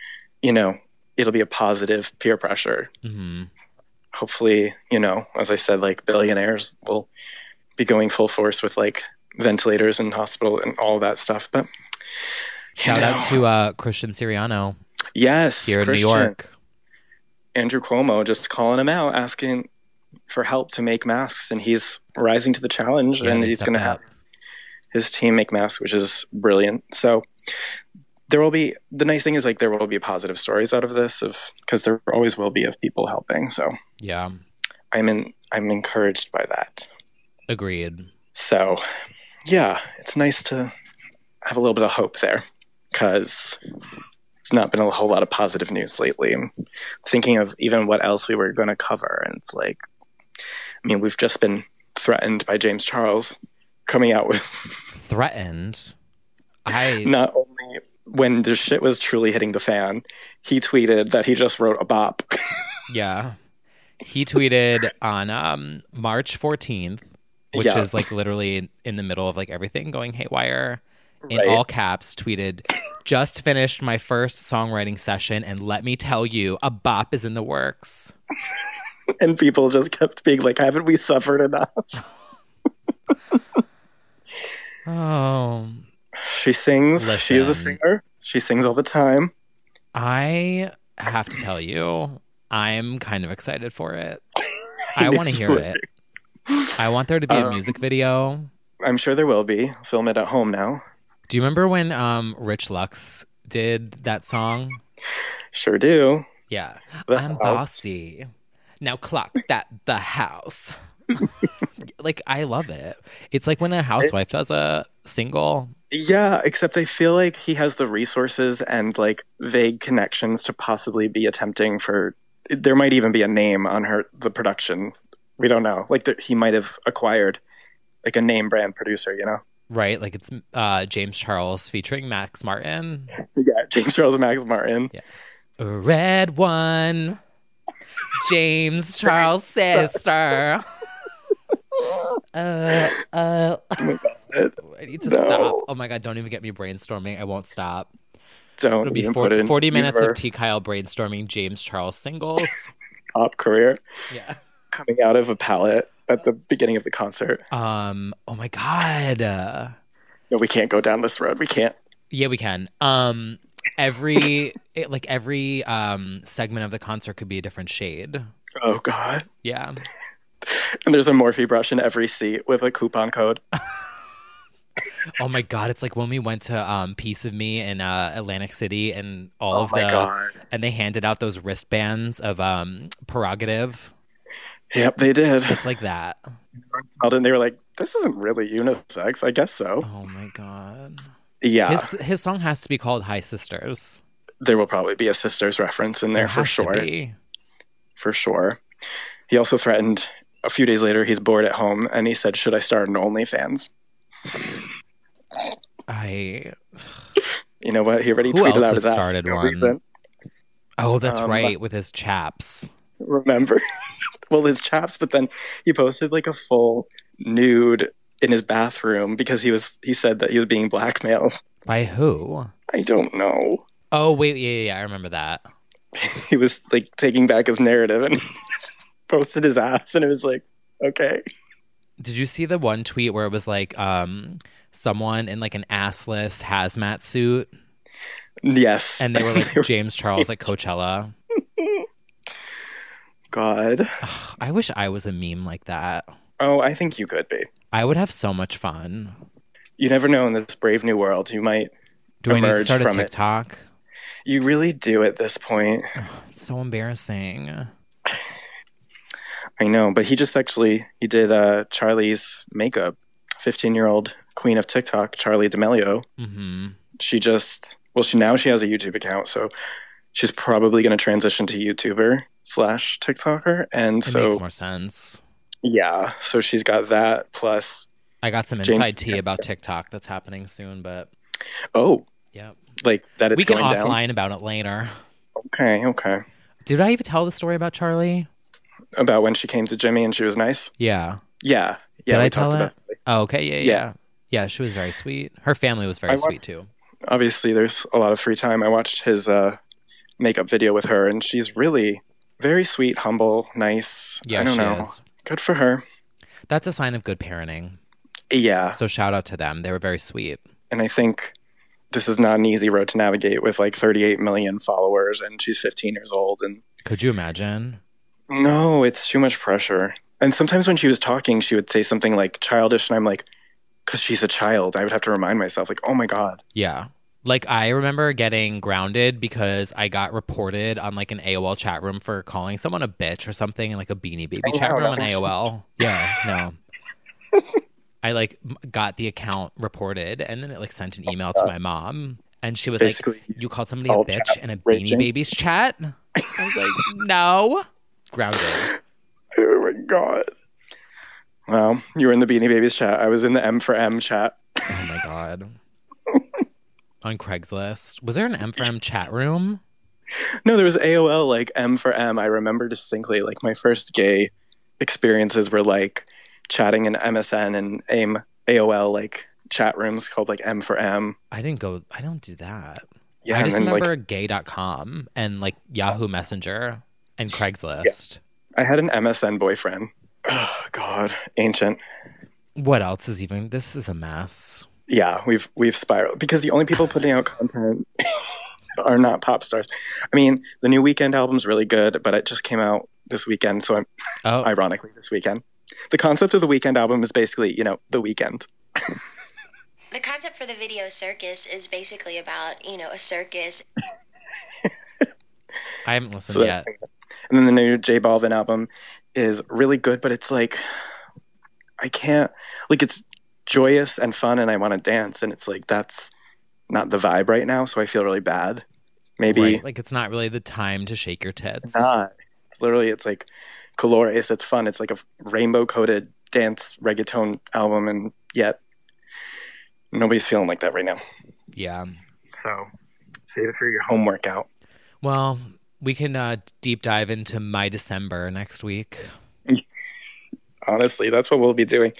you know, it'll be a positive peer pressure.
hmm
Hopefully, you know, as I said, like billionaires will be going full force with like ventilators and hospital and all that stuff. But
Shout out to uh, Christian Siriano
yes,
here in
Christian,
New York.
Andrew Cuomo just calling him out, asking for help to make masks, and he's rising to the challenge,
Yeah,
and
they
he's
stepped
going to
up.
have his team make masks, which is brilliant. So there will be the nice thing is like there will be positive stories out of this, of because there always will be of people helping. So
Yeah,
I'm in, I'm encouraged by that.
agreed.
So yeah, it's nice to have a little bit of hope there because. It's not been a whole lot of positive news lately. I'm thinking of even what else we were going to cover, and it's like I mean, we've just been threatened by James Charles coming out with
Threatened. I
not only when the shit was truly hitting the fan, he tweeted that he just wrote a bop.
Yeah. He tweeted on um, March 14th, which
Yeah.
is like literally in the middle of like everything going haywire. In
Right.
all caps, tweeted, just finished my first songwriting session, and let me tell you, a bop is in the works.
and people just kept being like, haven't we suffered enough?
Oh,
She sings. She is a
Listen.
singer. She sings all the time.
I have to tell you, I'm kind of excited for it. I want to hear it. I want there to be
Um,
a music video.
I'm sure there will be. Film it at home now.
Do you remember when um, Rich Lux did that song?
Sure do.
Yeah.
The
I'm
house.
bossy. Now clock that the house. like I love it. It's like when a housewife does a single.
Yeah, except I feel like he has the resources and like vague connections to possibly be attempting for. There might even be a name on her the production. We don't know. Like there, he might have acquired like a name brand producer. You know.
Right, like it's uh, James Charles featuring Max Martin.
Yeah, James Charles and Max Martin.
A red one, James Charles sister. uh, uh. I need to
Oh No.
stop. Oh my god! Don't even get me brainstorming. I won't stop.
Don't
It'll be
even
40,
put it into
40 minutes
universe.
of T. Kyle brainstorming James Charles singles.
Top career
yeah.
coming out of a palette at the beginning of the concert.
Um. Oh my god. Uh,
No, we can't go down this road. We can't.
yeah, we can. Um. Every it, like every um segment of the concert could be a different shade.
Oh God.
Yeah.
And there's a Morphe brush in every seat with a coupon code.
Oh my god, it's like when we went to um Piece of Me in uh, Atlantic City and all
Oh
of
my
the
God.
and they handed out those wristbands of um prerogative.
Yep, they did.
It's like that.
And they were like, "This isn't really unisex." I guess so.
Oh my god.
Yeah,
His his song has to be called High Sisters.
there will probably be a sisters reference in there, for
has to
sure.
be.
For sure. He also threatened. A few days later, he's bored at home, and he said, "Should I start an OnlyFans?"
I
You know what? He already
Who
tweeted
else
out
has
of that.
started one? Oh, that's
Um,
right, with his chaps.
remember well his chaps but then he posted like a full nude in his bathroom because he was he said that he was being blackmailed
By who?
i don't know
Oh wait, yeah, yeah, yeah, I remember that.
he was like taking back his narrative and posted his ass and it was like okay
Did you see the one tweet where it was like, um, someone in like an assless hazmat suit,
yes
and they were like James Charles at Coachella.
god
I wish I was a meme like that.
oh i think you could be
I would have so much fun.
you never know in this brave new world. You might.
Do I need to
Emerge
start a
from it.
TikTok?
You really do at this point.
It's so embarrassing.
I know, but he just actually he did uh, Charlie's makeup. Fifteen-year-old queen of TikTok, Charlie D'Amelio.
hmm
She just well, she now she has a YouTube account, so she's probably going to transition to YouTuber slash TikToker. And
It
so
makes more sense.
yeah, so she's got that plus.
I got some
James-
inside tea about TikTok that's happening soon, but
Oh,
yeah,
like that. It's
we can
going
offline about it later.
down. Okay, okay.
Did I even tell the story about Charlie?
About when she came to Jimmy and she was nice.
Yeah.
Yeah, yeah.
Did
we
I tell
talked
it?
about
Oh, okay. Yeah, yeah.
Yeah.
Yeah. Yeah, she was very sweet. Her family was very
I
sweet
watched-
too.
obviously there's a lot of free time. I watched his uh, makeup video with her, and she's really very sweet, humble, nice.
Yeah,
I don't
she
know.
is.
Good for her.
That's a sign of good parenting.
Yeah,
So shout out to them. They were very sweet.
and I think this is not an easy road to navigate with like 38 million followers, and she's 15 years old, and
Could you imagine?
no, it's too much pressure. And sometimes when she was talking, she would say something like childish, and I'm like, because she's a child, I would have to remind myself, like, oh my god,
Yeah. Like I remember getting grounded because I got reported on like an AOL chat room for calling someone a bitch or something in like a Beanie Baby
Oh,
chat
wow,
room on
that was-
AOL. Yeah, no. I like m- got the account reported and then it like sent an email to my mom and she was
Oh, Basically,
like, "You called somebody a
all
bitch
chat
in a Beanie
raging.
Babies chat?" I was like, "No." Grounded.
oh my god. Well, you were in the Beanie Babies chat. I was in the M for M chat.
Oh my god. on Craigslist, was there an M for M chat room?
No, there was AOL like M for M. I remember distinctly like my first gay experiences were like chatting in MSN and AIM AOL like chat rooms called like M for M.
I didn't go. I don't do that.
Yeah,
I just
and then
remember
like
gay.com and like Yahoo Messenger and Craigslist.
I had an MSN boyfriend. Oh God, ancient.
What else is even? This is a mess.
Yeah, we've we've spiraled because the only people putting out content are not pop stars. I mean, the new Weekend album's really good, but it just came out this weekend, so I'm
Oh,
ironically this weekend. The concept of the Weekend album is basically, you know, the weekend.
The concept for the video circus is basically about, you know, a circus.
I haven't listened
So
yet.
that's- And then the new J Balvin album is really good, but it's like I can't like it's joyous and fun and I want to dance and it's like that's not the vibe right now, so I feel really bad. Maybe
Right? Like it's not really the time to shake your tits.
not. It's literally it's like colores, it's fun. It's like a rainbow coated dance reggaeton album and yet nobody's feeling like that right now.
Yeah.
So save it for your home workout.
Well, we can uh, deep dive into my December next week.
honestly that's what we'll be doing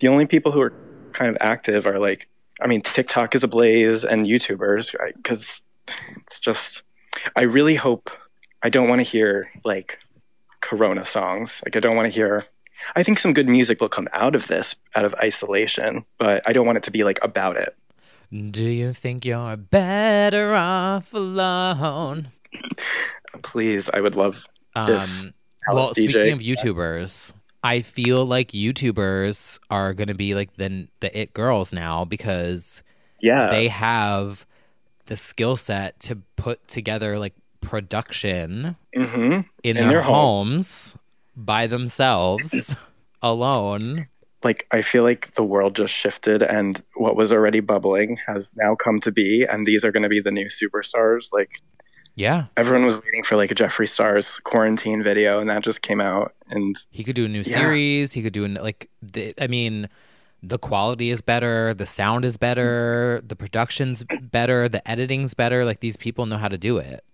the only people who are kind of active are like i mean tiktok is ablaze and youtubers because it's just i really hope i don't want to hear like corona songs like i don't want to hear i think some good music will come out of this out of isolation but i don't want it to be like about it
Do you think you're better off alone?
please i would love
Um, well,
Alice DJ.
speaking of YouTubers, I feel like YouTubers are going to be like the the it girls now because
yeah
they have the skill set to put together like production
hmm
in, their, homes by themselves alone.
like I feel like the world just shifted and what was already bubbling has now come to be and these are going to be the new superstars like
Yeah,
everyone was waiting for like a Jeffree Star's quarantine video and that just came out and
he could do a new
Yeah.
series. He could do an like. The, I mean, the quality is better. The sound is better. The production's better. The editing's better. Like these people know how to do it.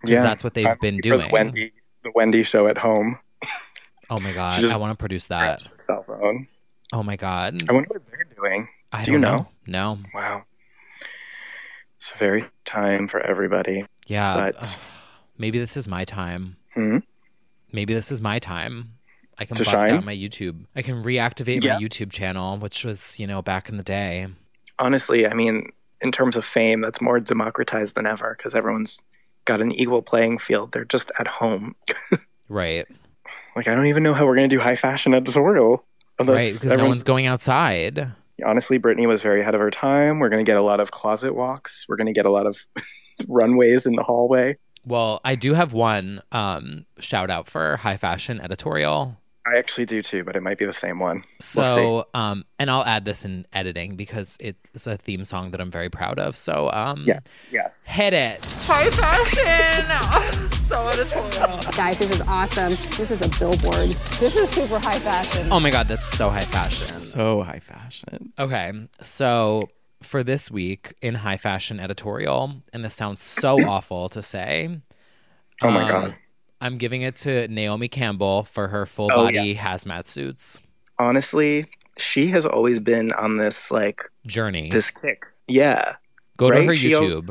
'Cause
yeah
that's what they've
I'm
been
looking for
doing.
the Wendy the Wendy show at home
Oh my god,
just-
I want to produce that.
cell phone
Oh my god,
I wonder what they're doing
I
do you
don't know. No,
wow it's a very time for everybody
yeah,
But-
Ugh. maybe this is my time.
hmm?
maybe this is my time. I can
To
bust
shine?
out my YouTube. I can reactivate
Yeah.
my YouTube channel, which was, you know, back in the day.
honestly I mean in terms of fame that's more democratized than ever because everyone's got an equal playing field they're just at home
Right.
Like I don't even know how we're gonna do high fashion editorial unless
right. Because no
everyone's
one's going outside.
honestly, Brittany was very ahead of her time. We're going to get a lot of closet walks. We're going to get a lot of runways in the hallway.
Well, I do have one um, shout out for High Fashion Editorial.
I actually do too, but it might be the same one.
So,
We'll see.
um, and I'll add this in editing because it's a theme song that I'm very proud of. So, um,
Yes, yes.
hit it.
High fashion. so editorial.
Guys, this is awesome. This is a billboard. This is super high fashion.
Oh my God, that's so high fashion.
So high fashion.
Okay. So for this week in high fashion editorial, and this sounds so awful to say.
Oh my
um,
God.
I'm giving it to Naomi Campbell for her full
Oh,
body hazmat suits
Honestly, she has always been on this like
journey.
this kick. Yeah.
Go to
right?
her
She
YouTube.
owns-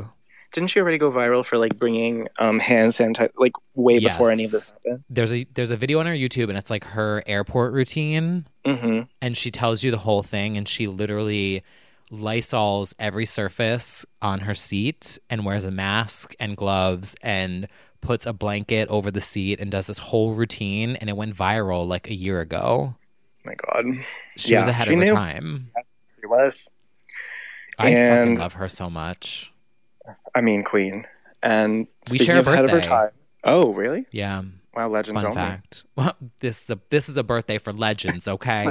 Didn't she already go viral for like bringing um, hand sanitizer like way before any of
Yes.
this happened?
There's a there's a video on her YouTube and it's like her airport routine
Mm-hmm.
and she tells you the whole thing and she literally lysols every surface on her seat and wears a mask and gloves and puts a blanket over the seat and does this whole routine and it went viral like a year
Oh
ago.
My God,
She was
Yeah,
ahead
she
of her
knew.
time.
she was.
I
And-
fucking love her so much.
I mean, Queen. And
We
speaking
share a
of ahead of her
birthday.
time. Oh, really?
Yeah.
Wow, legends
Fun
only.
fact. Well, this is a, this is a birthday for legends, okay?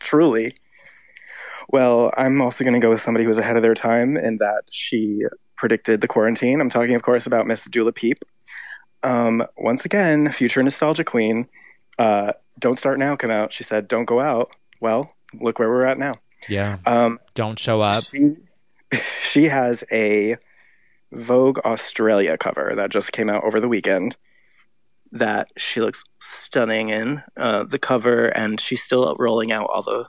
Truly. Well, I'm also going to go with somebody who was ahead of their time in that she predicted the quarantine. I'm talking, of course, about Miss Dula Peep. Um, once again, future nostalgia queen. Uh, don't start now, come out. She said, don't go out. Well, look where we're at now.
yeah.
Um,
Don't show up.
she, she has a Vogue Australia cover that just came out over the weekend that she looks stunning in uh, the cover, and she's still rolling out all the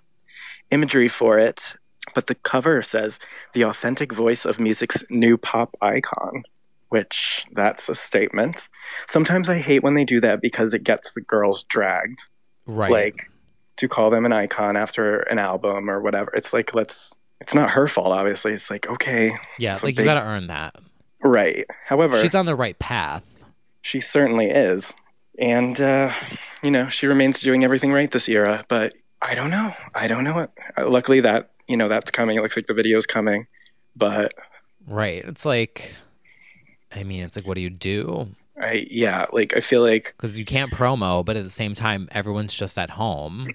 imagery for it. But the cover says the authentic voice of music's new pop icon, which that's a statement. Sometimes I hate when they do that because it gets the girls dragged
Right.
like to call them an icon after an album or whatever. It's like let's it's not her fault obviously. It's like okay,
yeah,
it's a
like you
big-
got to earn that.
right. However,
She's on the right path.
she certainly is. And uh, you know, she remains doing everything right this era, but I don't know. I don't know it. Uh, luckily that, you know, that's coming. It looks like the video's coming. But
Right. It's like, I mean, it's like, what do you do?
I yeah, like I feel like
Because you can't promo, but at the same time, everyone's just at home.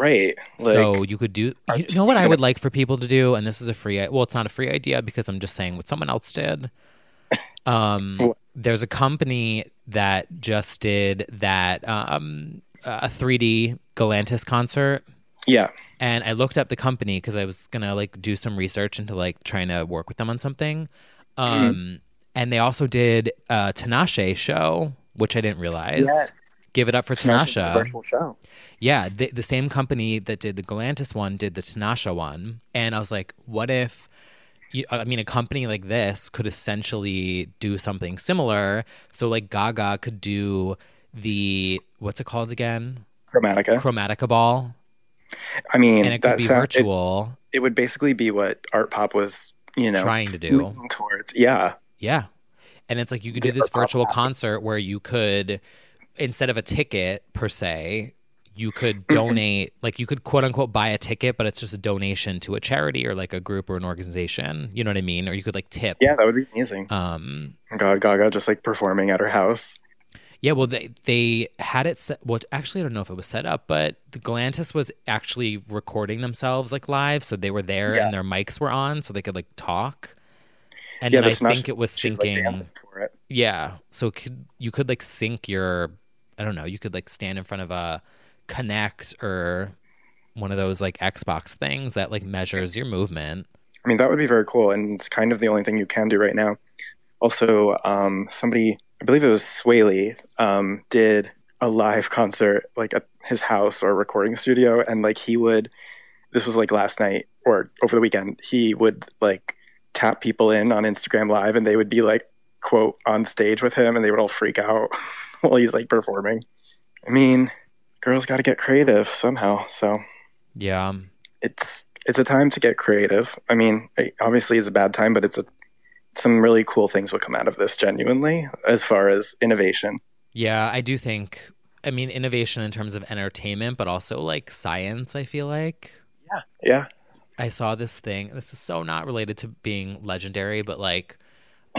right. Like
so you could do.
Are
You know what I
you
would like for people to do, and this is a free. i- Well, it's not a free idea because I'm just saying what someone else did. Um,
What?
there's a company that just did that um, a 3D Galantis concert,
yeah.
and I looked up the company because I was gonna like do some research into like trying to work with them on something. Um, And they also did a Tinashe show, which I didn't realize. Give it up for Tinashe.
Virtual show.
Yeah, the, the same company that did the Galantis one did the Tinashe one, and I was like, what if? You, I mean, a company like this could essentially do something similar. So, like Gaga could do the what's it called again?
Chromatica.
Chromatica ball,
I mean,
and it could
that
be
sound- it-
virtual.
It, would basically be what art pop was, you know,
trying to do.
leaning towards. Yeah.
Yeah. And it's like you could do this virtual concert where you could, instead of a ticket per se, you could donate, like you could quote unquote buy a ticket, but it's just a donation to a charity or like a group or an organization. You know what I mean? Or you could like tip.
Yeah, that would be amazing.
Um,
God, Gaga just like performing at her house.
yeah, well, they, they had it set. Well, actually, I don't know if it was set up, but the Galantis was actually recording themselves like live. So they were there
Yeah.
and their mics were on so they could like talk. And
yeah,
then I
that's not-
think it was
she's,
syncing.
Like, dancing for it.
Yeah. So it could, you could like sync your, I don't know, you could like stand in front of a Connect or one of those like Xbox things that like measures your movement.
I mean, that would be very cool, and it's kind of the only thing you can do right now. Also, um, somebody, I believe it was Swaley, um, did a live concert like at his house or recording studio, and like he would. This was like last night or over the weekend. He would like tap people in on Instagram Live, and they would be like quote on stage with him, and they would all freak out while he's like performing. I mean, girls got to get creative somehow, so
Yeah.
it's it's a time to get creative. I mean, I- obviously it's a bad time, but it's a some really cool things will come out of this genuinely as far as innovation.
Yeah. I do think, I mean, innovation in terms of entertainment, but also like science, I feel like.
Yeah.
I saw this thing. This is so not related to being legendary, but like,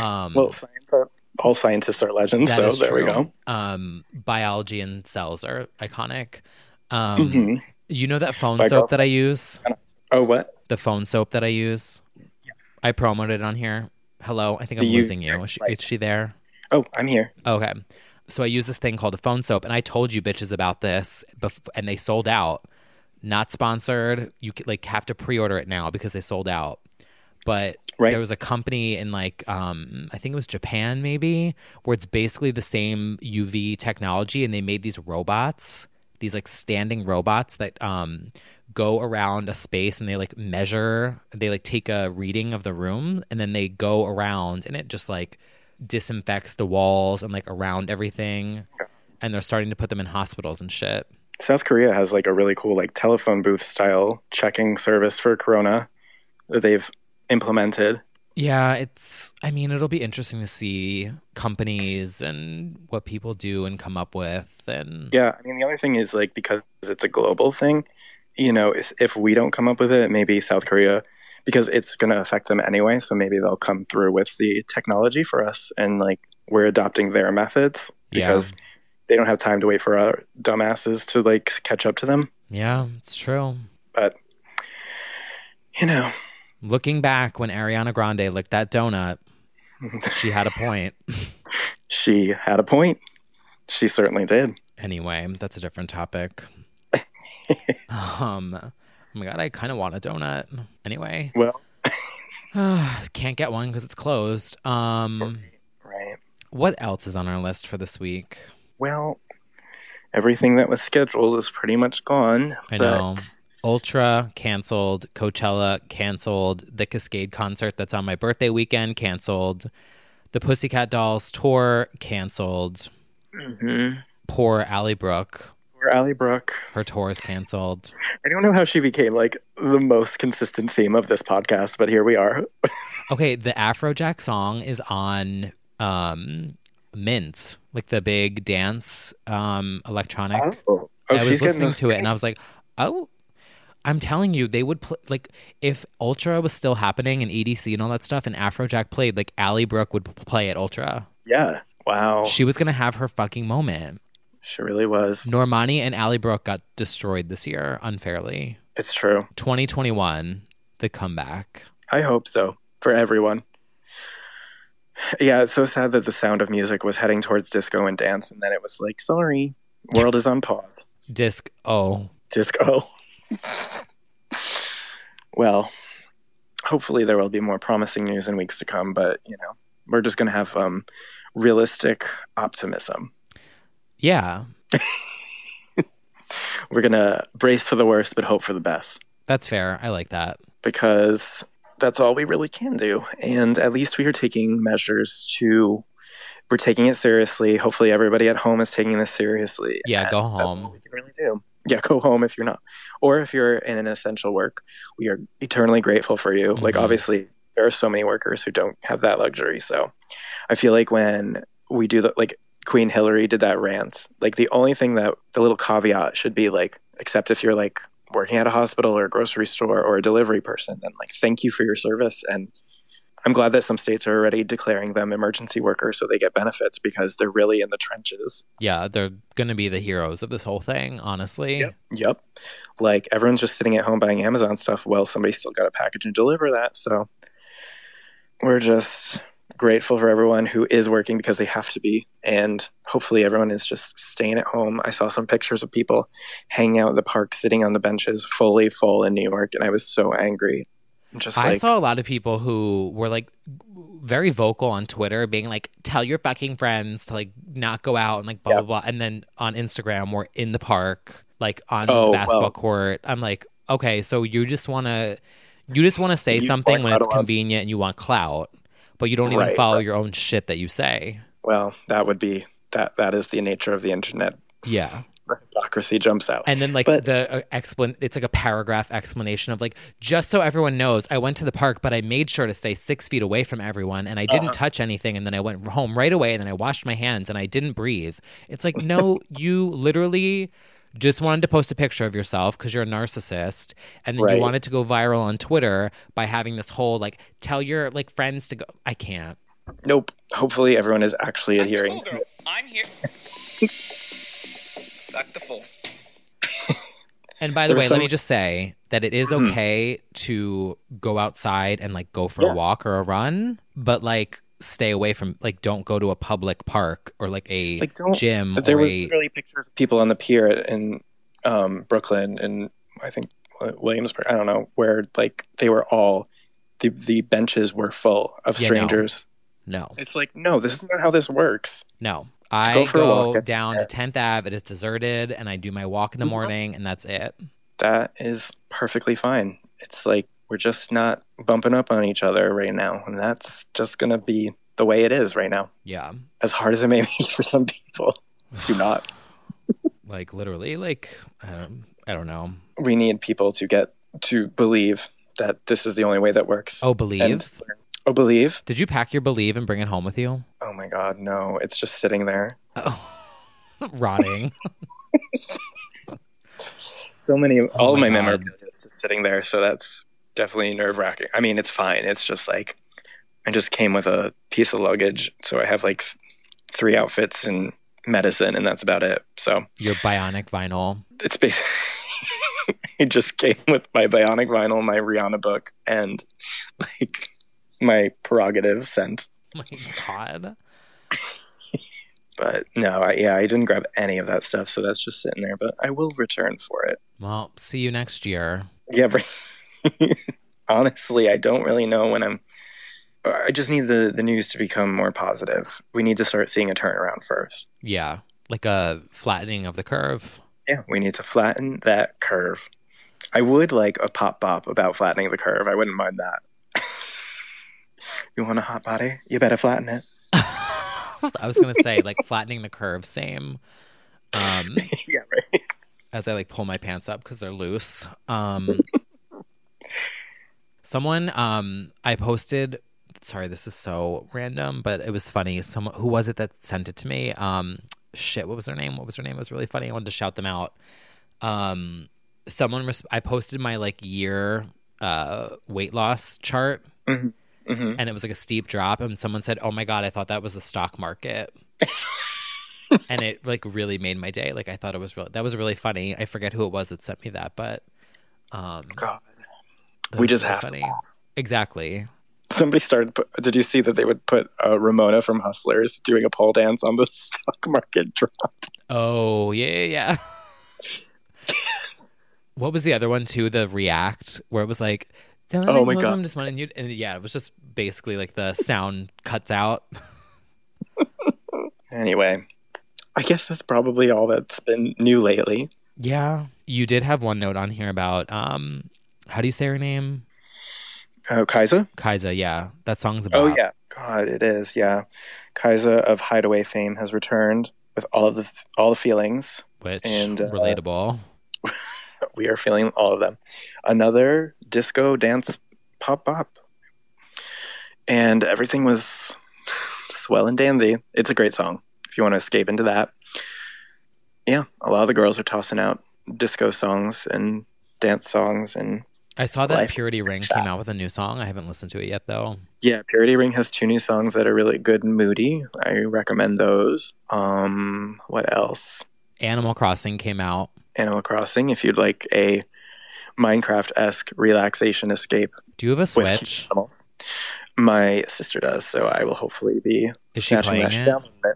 um,
well, science are, all scientists are legends,
that
so
is
there we
true.
go.
Um, biology and cells are iconic. Um,
Mhm.
You know that phone
Like
soap
also-
that I use?
Oh, what?
The phone soap that I use? I promoted it on here. Hello, I think
The
I'm
you-
losing you. Is she, is she there?
Oh, I'm here.
Okay. So I use this thing called a phone soap, and I told you bitches about this, bef- and they sold out. Not sponsored. You c- like have to pre-order it now because they sold out. But there was a company in like um, I think it was Japan maybe, where it's basically the same UV technology, and they made these robots, these like standing robots that um, go around a space and they like measure, they like take a reading of the room, and then they go around, and it just like disinfects the walls and like around everything. And they're starting to put them in hospitals and shit.
South Korea has like a really cool like telephone booth style checking service for corona that they've implemented.
Yeah, it's, I mean, it'll be interesting to see companies and what people do and come up with. And
Yeah, I mean the other thing is like because it's a global thing, you know, if, if we don't come up with it, maybe South Korea because it's going to affect them anyway, so maybe they'll come through with the technology for us and like we're adopting their methods
Yeah.
because they don't have time to wait for our dumbasses to like catch up to them.
yeah, it's true.
But you know,
Looking back when Ariana Grande licked that donut, she had a point.
she had a point. She certainly did.
Anyway, that's a different topic. um, oh my God, I kind of want a donut. Anyway.
Well,
can't get one because it's closed. Um,
right.
What else is on our list for this week?
Well, everything that was scheduled is pretty much gone.
I
but
know Ultra canceled, Coachella canceled, the Cascade concert that's on my birthday weekend canceled, the Pussycat Dolls tour canceled.
Mhm.
Poor Allie Brooke,
Poor Allie Brooke.
her tour is canceled.
I don't know how she became like the most consistent theme of this podcast, but here we are.
Okay, the Afrojack song is on um Mint, like the big dance um electronic.
Oh,
I was
she's getting
listening
those-
to it and I was like, "Oh, I'm telling you, they would play like if Ultra was still happening and EDC and all that stuff and Afrojack played, like Allie Brooke would play at Ultra.
Yeah. Wow.
She was going to have her fucking moment.
She really was.
Normani and Allie Brooke got destroyed this year unfairly.
It's true.
2021, the comeback.
I hope so for everyone. Yeah, it's so sad that the sound of music was heading towards disco and dance, and then it was like, sorry, world is on pause.
Disc oh, O.
Disco. well, hopefully there will be more promising news in weeks to come, but you know, we're just gonna have um, realistic optimism.
Yeah,
We're gonna brace for the worst, but hope for the best.
that's fair. I like that.
because that's all we really can do. And at least we are taking measures to, we're taking it seriously. Hopefully, everybody at home is taking this seriously.
Yeah,
And
go
that's all
home.
we can really do. Yeah, go home if you're not. Or if you're in an essential work, we are eternally grateful for you. Like,
Mhm.
obviously, there are so many workers who don't have that luxury. So I feel like when we do that, like, Queen Hillary did that rant. Like the only thing that the little caveat should be like, except if you're like working at a hospital or a grocery store or a delivery person, then like thank you for your service. And I'm glad that some states are already declaring them emergency workers so they get benefits because they're really in the trenches.
Yeah, they're going to be the heroes of this whole thing, honestly.
Yep. Like everyone's just sitting at home buying Amazon stuff. Well, somebody's still got to package and deliver that. So we're just grateful for everyone who is working because they have to be. And hopefully everyone is just staying at home. I saw some pictures of people hanging out in the park, sitting on the benches, fully full in New York. And I was so angry. Just
I
like,
saw a lot of people who were like very vocal on Twitter, being like, "Tell your fucking friends to like not go out and like blah blah blah," and then on Instagram we're in the park, like on
Oh,
the basketball
well.
court. I'm like, okay, so you just want to, you just want to say
You
something
want
when it's
clout.
convenient and you want clout, but you don't even
Right,
follow
right.
your own shit that you say.
well, that would be, that, that is the nature of the internet.
Yeah.
The hypocrisy jumps out.
And then like
But-
the uh, explan it's like a paragraph explanation of like just so everyone knows I went to the park but I made sure to stay 6 feet away from everyone and I didn't touch anything and then I went home right away and then I washed my hands and I didn't breathe. It's like no you literally just wanted to post a picture of yourself because you're a narcissist, and then
Right.
you wanted to go viral on Twitter by having this whole like tell your like friends to go. I can't.
Nope. Hopefully, everyone is actually adhering.
I'm here.
Fuck the fool.
And by the
There was
way,
some-
let me just say that it is
Mhm.
okay to go outside and like go for
Yeah.
a walk or a run, but like stay away from like don't go to a public park or like a
Like, don't-
gym.
But there
or
was
a-
really pictures of people on the pier in um, Brooklyn and I think Wi- Williamsburg. I don't know where. Like they were all the the benches were full of
Yeah, no.
strangers.
no.
It's like no, this is not how this works.
No. I
Go
go,
for a walk, that's Mm-hmm.
down to 10th Ave. It is deserted, and I do my walk in the morning, and that's it.
That is perfectly fine. It's like we're just not bumping up on each other right now, and that's just gonna be the way it is right now.
Yeah.
As hard as it may be for some people, do not.
Like literally, like um, I don't know.
We need people to get to believe that this is the only way that works.
Oh, believe.
And- oh, believe.
Did you pack your believe and bring it home with you?
Oh my god, no! It's just sitting there.
Rotting.
So many, all
my
my,
God.
memorabilia is just sitting there. So that's definitely nerve wracking. I mean, it's fine. It's just like I just came with a piece of luggage, so I have like th- three outfits and medicine, and that's about it. So
your bionic vinyl.
it's basically. I just came with my bionic vinyl, my Rihanna book, and like my prerogative scent.
My God.
But no, I, yeah, I didn't grab any of that stuff, so that's just sitting there. But I will return for it.
Well, see you next year.
Yeah. right. Honestly, I don't really know when I'm. I just need the, the news to become more positive. We need to start seeing a turnaround first.
Yeah. Like a flattening of the curve.
Yeah, we need to flatten that curve. I would like a pop bop about flattening the curve. I wouldn't mind that. you want a hot body? You better flatten it.
I was gonna say like flattening the curve, same. Um,
yeah, right.
As I like pull my pants up because they're loose. Um, someone um, I posted. Sorry, this is so random, but it was funny. Someone who was it that sent it to me? Um, shit, what was her name? What was her name? It was really funny. I wanted to shout them out. Um, someone res- I posted my like year uh weight loss chart.
Mm-hmm.
And it was like a steep drop, and someone said, "Oh my god, I thought that was the stock market." and it like really made my day. Like I thought it was real. That was really funny. I forget who it was that sent me that, but um,
God,
that
We
was
just have
really
to laugh.
Exactly.
Somebody started. Put, did you see that they would put uh, Ramona from Hustlers doing a pole dance on the stock market drop?
Oh yeah, yeah. yeah. what was the other one too? The React, where it was like, "Don't
Oh my
close,
God.
I'm just wanting you." And yeah, it was just basically like the sound cuts out.
Anyway, I guess that's probably all that's been new lately.
Yeah, you did have one note on here about um, how do you say her name?
Oh, Kaisa?
Kaisa, yeah, that song's about.
Oh yeah, God, it is. Yeah, Kaisa of Hideaway fame has returned with all of the all the feelings,
which
and uh,
relatable.
we are feeling all of them. Another disco dance pop up, and everything was swell and dandy. It's a great song. If you want to escape into that, yeah, a lot of the girls are tossing out disco songs and dance songs and
I saw that
Life
Purity Ring came out with a new song. I haven't listened to it yet though.
Yeah, Purity Ring has two new songs that are really good and moody. I recommend those. Um, what else?
Animal Crossing came out.
Animal Crossing, if you'd like a Minecraft esque relaxation escape.
Do you have a
Switch? My sister does, so I will hopefully be
Is she
snatching that
playing
shit
it?
down. But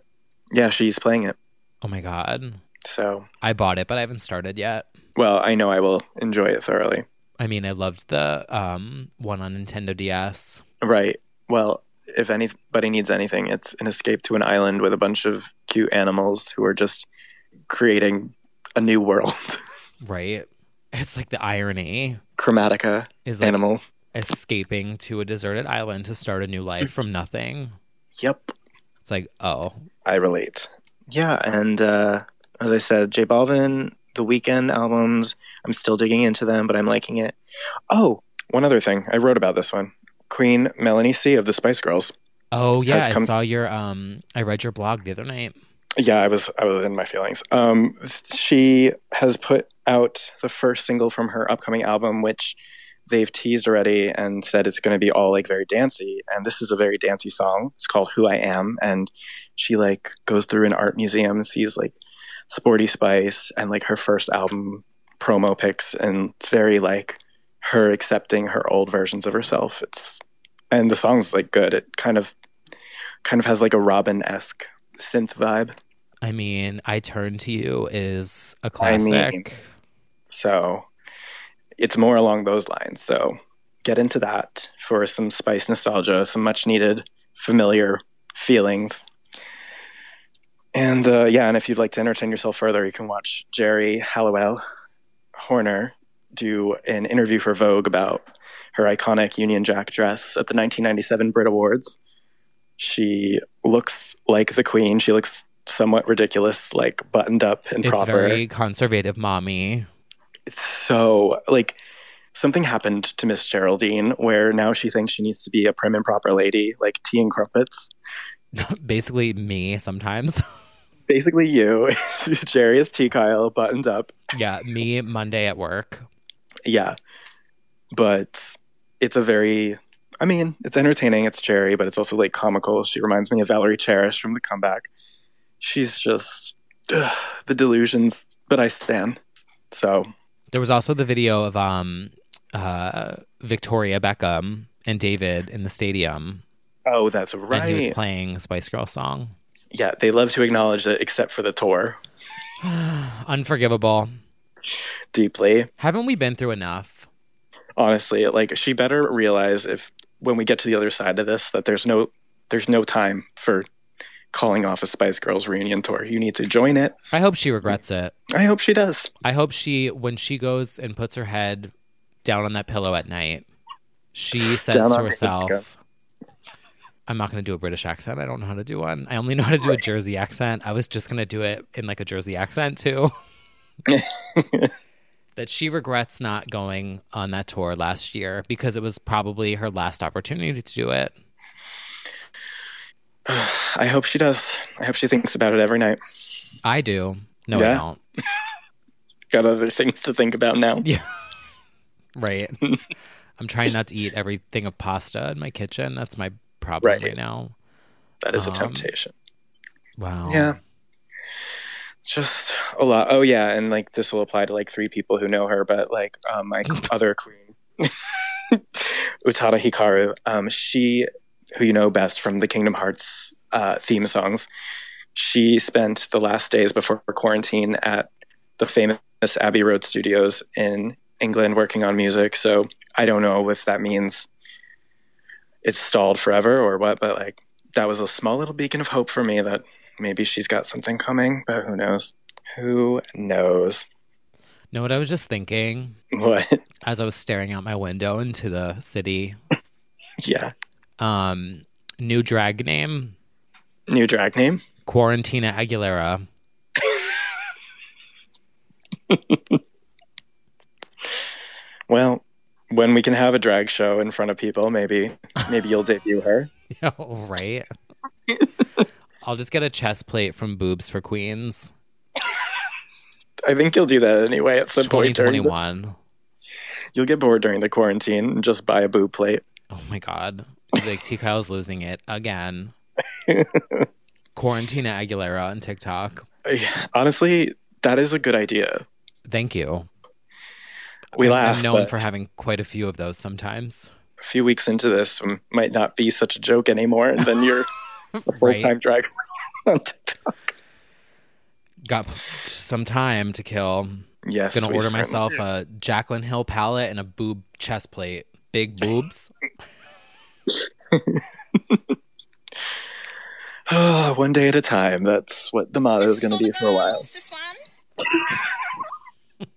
yeah, she's playing it.
Oh my god.
So,
I bought it, but I haven't started yet.
well, I know I will enjoy it thoroughly.
I mean, I loved the um one on Nintendo DS.
Right. Well, if anybody needs anything, it's an escape to an island with a bunch of cute animals who are just creating a new world.
Right. It's like the irony
Chromatica
is like
animal.
escaping to a deserted island to start a new life from nothing.
Yep.
It's like, oh,
I relate. Yeah, and uh, as I said, J Balvin, the Weekend albums. I'm still digging into them, but I'm liking it. Oh, one other thing, I wrote about this one. Queen Melanie C of the Spice Girls.
oh yeah,
Has come-
I saw your um I read your blog the other night.
yeah, I was I was in my feelings. Um, she has put out the first single from her upcoming album, which they've teased already and said it's going to be all like very dancey. And this is a very dancey song. It's called "Who I Am," and she like goes through an art museum and sees like Sporty Spice and like her first album promo pics, and it's very like her accepting her old versions of herself. It's and the song's like good. It kind of kind of has like a Robin esque synth vibe.
I mean, I Turn to You is a classic. I mean,
so it's more along those lines. So get into that for some spice nostalgia, some much needed familiar feelings. And uh, yeah, and if you'd like to entertain yourself further, you can watch Jerry Halliwell Horner do an interview for Vogue about her iconic Union Jack dress at the 1997 Brit Awards. She looks like the queen. She looks somewhat ridiculous, like buttoned up and
it's
proper.
very conservative, mommy.
It's so like something happened to Miss Geraldine where now she thinks she needs to be a prim and proper lady, like tea and crumpets.
Basically, me sometimes.
Basically, you. Jerry is tea Kyle, buttoned up.
Yeah, me Monday at work.
yeah, but it's a very I mean, it's entertaining, it's Jerry, but it's also like comical. She reminds me of Valerie Cherish from The Comeback. She's just ugh, the delusions, but I stand. So
there was also the video of um uh Victoria Beckham and David in the stadium.
Oh, that's right.
And he was playing Spice Girl song.
Yeah, they love to acknowledge it except for the tour.
Unforgivable.
Deeply.
Haven't we been through enough?
Honestly, like she better realize if when we get to the other side of this that there's no there's no time for calling off a Spice Girls reunion tour. You need to join it.
I hope she regrets it.
I hope she does.
I hope she when she goes and puts her head down on that pillow at night, she says to herself, I'm not going to do a British accent. I don't know how to do one. I only know how to do a Jersey accent. I was just going to do it in like a Jersey accent too. that she regrets not going on that tour last year because it was probably her last opportunity to do it.
I hope she does. I hope she thinks about it every night.
I do. No, yeah. I don't.
Got other things to think about now.
Yeah. Right. I'm trying not to eat everything of pasta in my kitchen. That's my problem right, right now.
That is um, a temptation.
Wow.
Yeah. Just a lot. Oh yeah, and like this will apply to like three people who know her, but like um, my other queen, Utada Hikaru, um, she who you know best from the Kingdom Hearts uh, theme songs. She spent the last days before quarantine at the famous Abbey Road Studios in England working on music. So I don't know if that means it's stalled forever or what, but like that was a small little beacon of hope for me that maybe she's got something coming, but who knows? Who knows?
Know what I was just thinking?
What?
As I was staring out my window into the city.
yeah
um new drag name
new drag name
quarantina aguilera
well when we can have a drag show in front of people maybe maybe you'll debut her
yeah Oh, right i'll just get a chest plate from boobs for queens
i think you'll do that anyway at some
2021.
point 2021 you'll get bored during the quarantine and just buy a boob plate
oh my god like T Kyle's losing it again. Quarantina Aguilera on TikTok.
Honestly, that is a good idea.
Thank you.
We laugh. I'm
known for having quite a few of those sometimes.
A few weeks into this might not be such a joke anymore, and then you're a full time right. drag on TikTok.
Got some time to kill.
Yes.
Gonna order myself do. a Jaclyn Hill palette and a boob chest plate. Big boobs.
oh, one day at a time. That's what the motto this is going to be for a while. This one.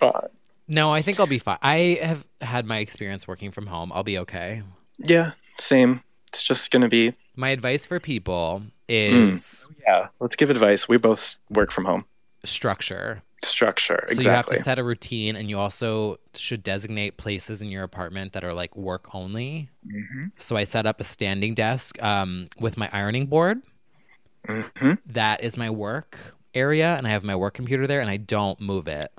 God.
No, I think I'll be fine. I have had my experience working from home. I'll be okay.
Yeah, same. It's just going to be.
My advice for people is.
Mm. Yeah, let's give advice. We both work from home.
Structure
structure.
So
exactly.
you have to set a routine, and you also should designate places in your apartment that are like work only. Mm-hmm. So I set up a standing desk um, with my ironing board,
Mhm.
That is my work area, and I have my work computer there, and I don't move it.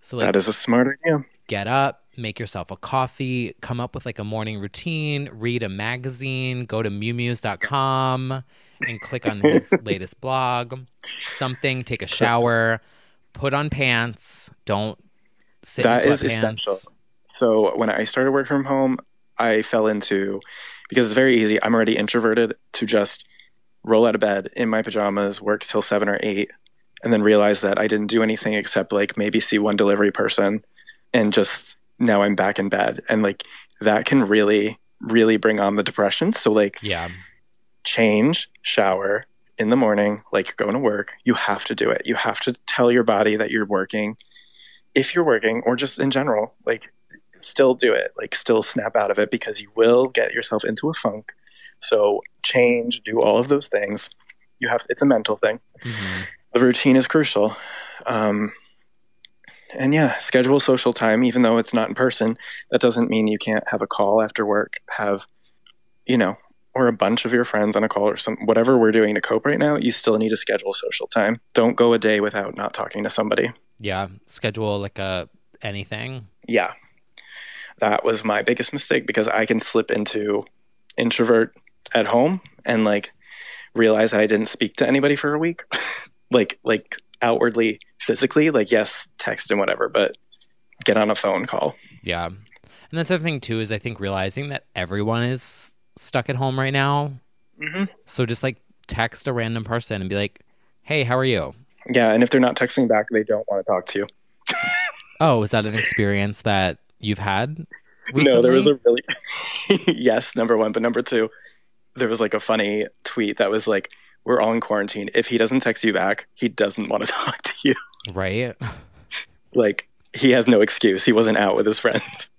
So like,
that is a smart idea.
get up, make yourself a coffee, come up with like a morning routine, read a magazine, go to mewmews.com and click on his latest blog, something, take a shower, put on pants, don't sit
That
in
is
sweatpants.
essential. So when I started work from home, I fell into because it's very easy. I'm already introverted to just roll out of bed in my pajamas, work till seven or eight, and then realize that I didn't do anything except like maybe see one delivery person, and just now I'm back in bed, and like that can really, really bring on the depression. So like
yeah,
change, shower in the morning, like you're going to work. You have to do it. You have to tell your body that you're working. If you're working, or just in general, like still do it, like still snap out of it because you will get yourself into a funk. So change, do all of those things. You have, it's a mental thing.
mm-hmm.
The routine is crucial. Um, and yeah, schedule social time, even though it's not in person. That doesn't mean you can't have a call after work, have, you know, or a bunch of your friends on a call or some whatever we're doing to cope right now, you still need to schedule social time. Don't go a day without not talking to somebody.
Yeah, schedule like a anything.
Yeah. That was my biggest mistake because I can slip into introvert at home and like realize I didn't speak to anybody for a week. like like outwardly physically, like yes, text and whatever, but get on a phone call.
Yeah. And that's the other thing too is I think realizing that everyone is stuck at home right now.
Mhm.
So just like text a random person and be like, "Hey, how are you?"
Yeah, and if they're not texting back, they don't want to talk to you.
Oh, is that an experience that you've had? Recently?
No, there was a really yes, number one, but number two, there was like a funny tweet that was like, "We're all in quarantine. If he doesn't text you back, he doesn't want to talk to you.
right.
Like he has no excuse. He wasn't out with his friends.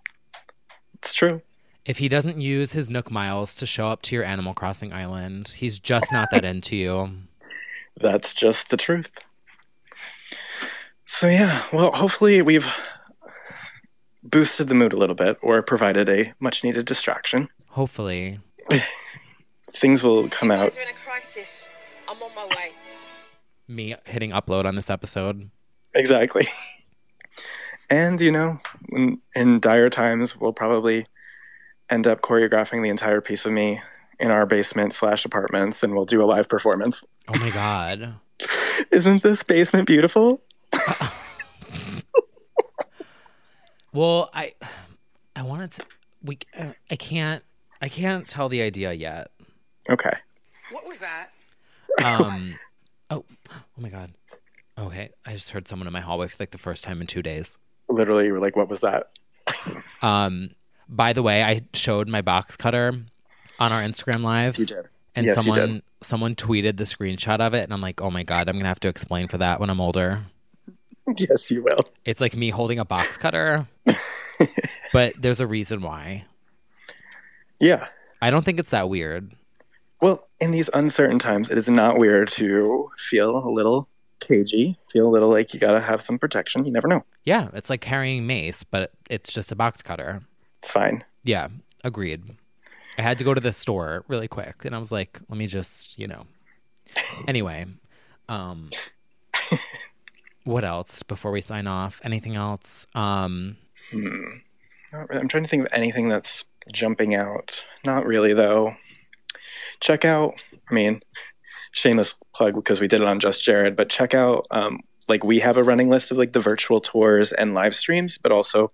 It's true.
If he doesn't use his Nook miles to show up to your Animal Crossing island, he's just not that into you.
That's just the truth." So yeah, well, hopefully we've boosted the mood a little bit or provided a much-needed distraction.
Hopefully.
Things will come out.
Guys are in a crisis. I'm on my way.
Me hitting upload on this episode.
Exactly. And, you know, in, in dire times, we'll probably end up choreographing the entire piece of me in our basement slash apartments and we'll do a live performance.
Oh my god.
Isn't this basement beautiful?
Well, I I wanted to we I can't I can't tell the idea yet.
Okay.
What was that?
Um oh, oh my god. Okay, I just heard someone in my hallway for like the first time in 2 days.
Literally, you were like, what was that?
Um by the way, I showed my box cutter on our Instagram live.
You did.
And
Yes, you did.
someone someone tweeted the screenshot of it and I'm like, "Oh my god, I'm going to have to explain for that when I'm older."
Yes, you will.
It's like me holding a box cutter. but there's a reason why.
Yeah.
I don't think it's that weird.
Well, in these uncertain times, it is not weird to feel a little cagey, feel a little like you got to have some protection. You never know.
Yeah, it's like carrying mace, but it's just a box cutter.
It's fine.
Yeah, agreed. I had to go to the store really quick and I was like, let me just, you know. Anyway, um what else before we sign off? Anything else? Um
Hmm. Not re- I'm trying to think of anything that's jumping out. Not really, though. Check out, I mean, shameless plug because we did it on Just Jared, but check out, um, like, we have a running list of, like, the virtual tours and live streams, but also,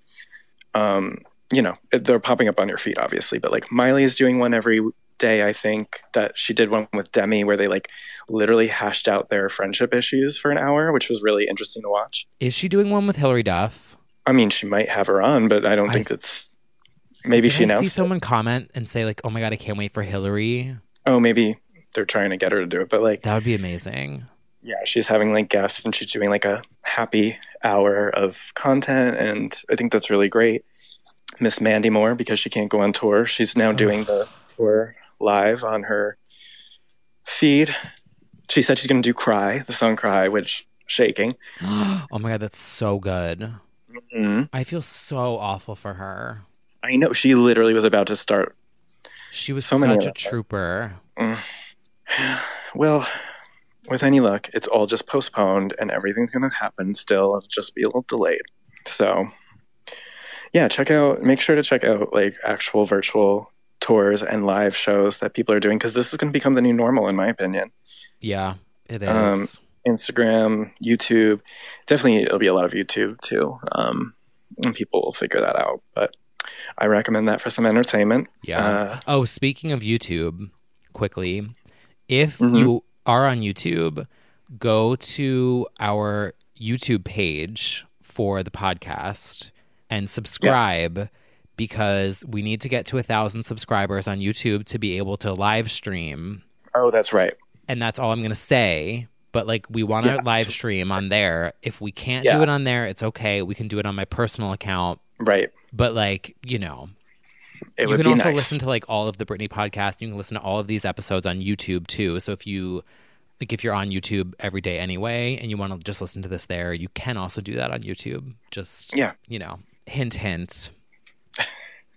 um, you know, it- they're popping up on your feed, obviously, but, like, Miley is doing one every day, I think, that she did one with Demi where they, like, literally hashed out their friendship issues for an hour, which was really interesting to watch.
is she doing one with Hillary Duff?
I mean, she might have her on, but I don't
I-
think it's. Maybe
Did
she
I
announced.
see someone comment and say like, "Oh my god, I can't wait for Hillary."
oh, maybe they're trying to get her to do it, but like,
That would be amazing.
yeah, she's having like guests and she's doing like a happy hour of content, and I think that's really great. Miss Mandy Moore because she can't go on tour. She's now doing the tour live on her feed. She said she's going to do "Cry," the song "Cry," which shaking.
oh my god, that's so good.
Mhm.
I feel so awful for her.
I know she literally was about to start
She was
So many
such
of them.
a trooper.
Mm. Well, with any luck, it's all just postponed and everything's going to happen still. It'll just be a little delayed. So, yeah, check out, make sure to check out like actual virtual tours and live shows that people are doing because this is going to become the new normal, in my opinion.
Yeah, it is.
Um, Instagram, YouTube. Definitely, it'll be a lot of YouTube too. Um, and people will figure that out. But I recommend that for some entertainment.
Yeah.
Uh,
oh, speaking of YouTube, quickly, if
Mhm.
you are on YouTube, go to our YouTube page for the podcast and subscribe because we need to get to a thousand subscribers on YouTube to be able to live stream.
oh, that's right.
And that's all I'm going to say. But like, we want to
Yeah.
live stream on there. If we can't do
Yeah.
it on there, it's okay. We can do it on my personal account.
Right.
But like, you know,
It
you
would
can
be
also
nice.
listen to like all of the Britney podcast. You can listen to all of these episodes on YouTube too. So if you like if you're on YouTube every day anyway and you want to just listen to this there, you can also do that on YouTube. Just
Yeah.
you know, hint hint.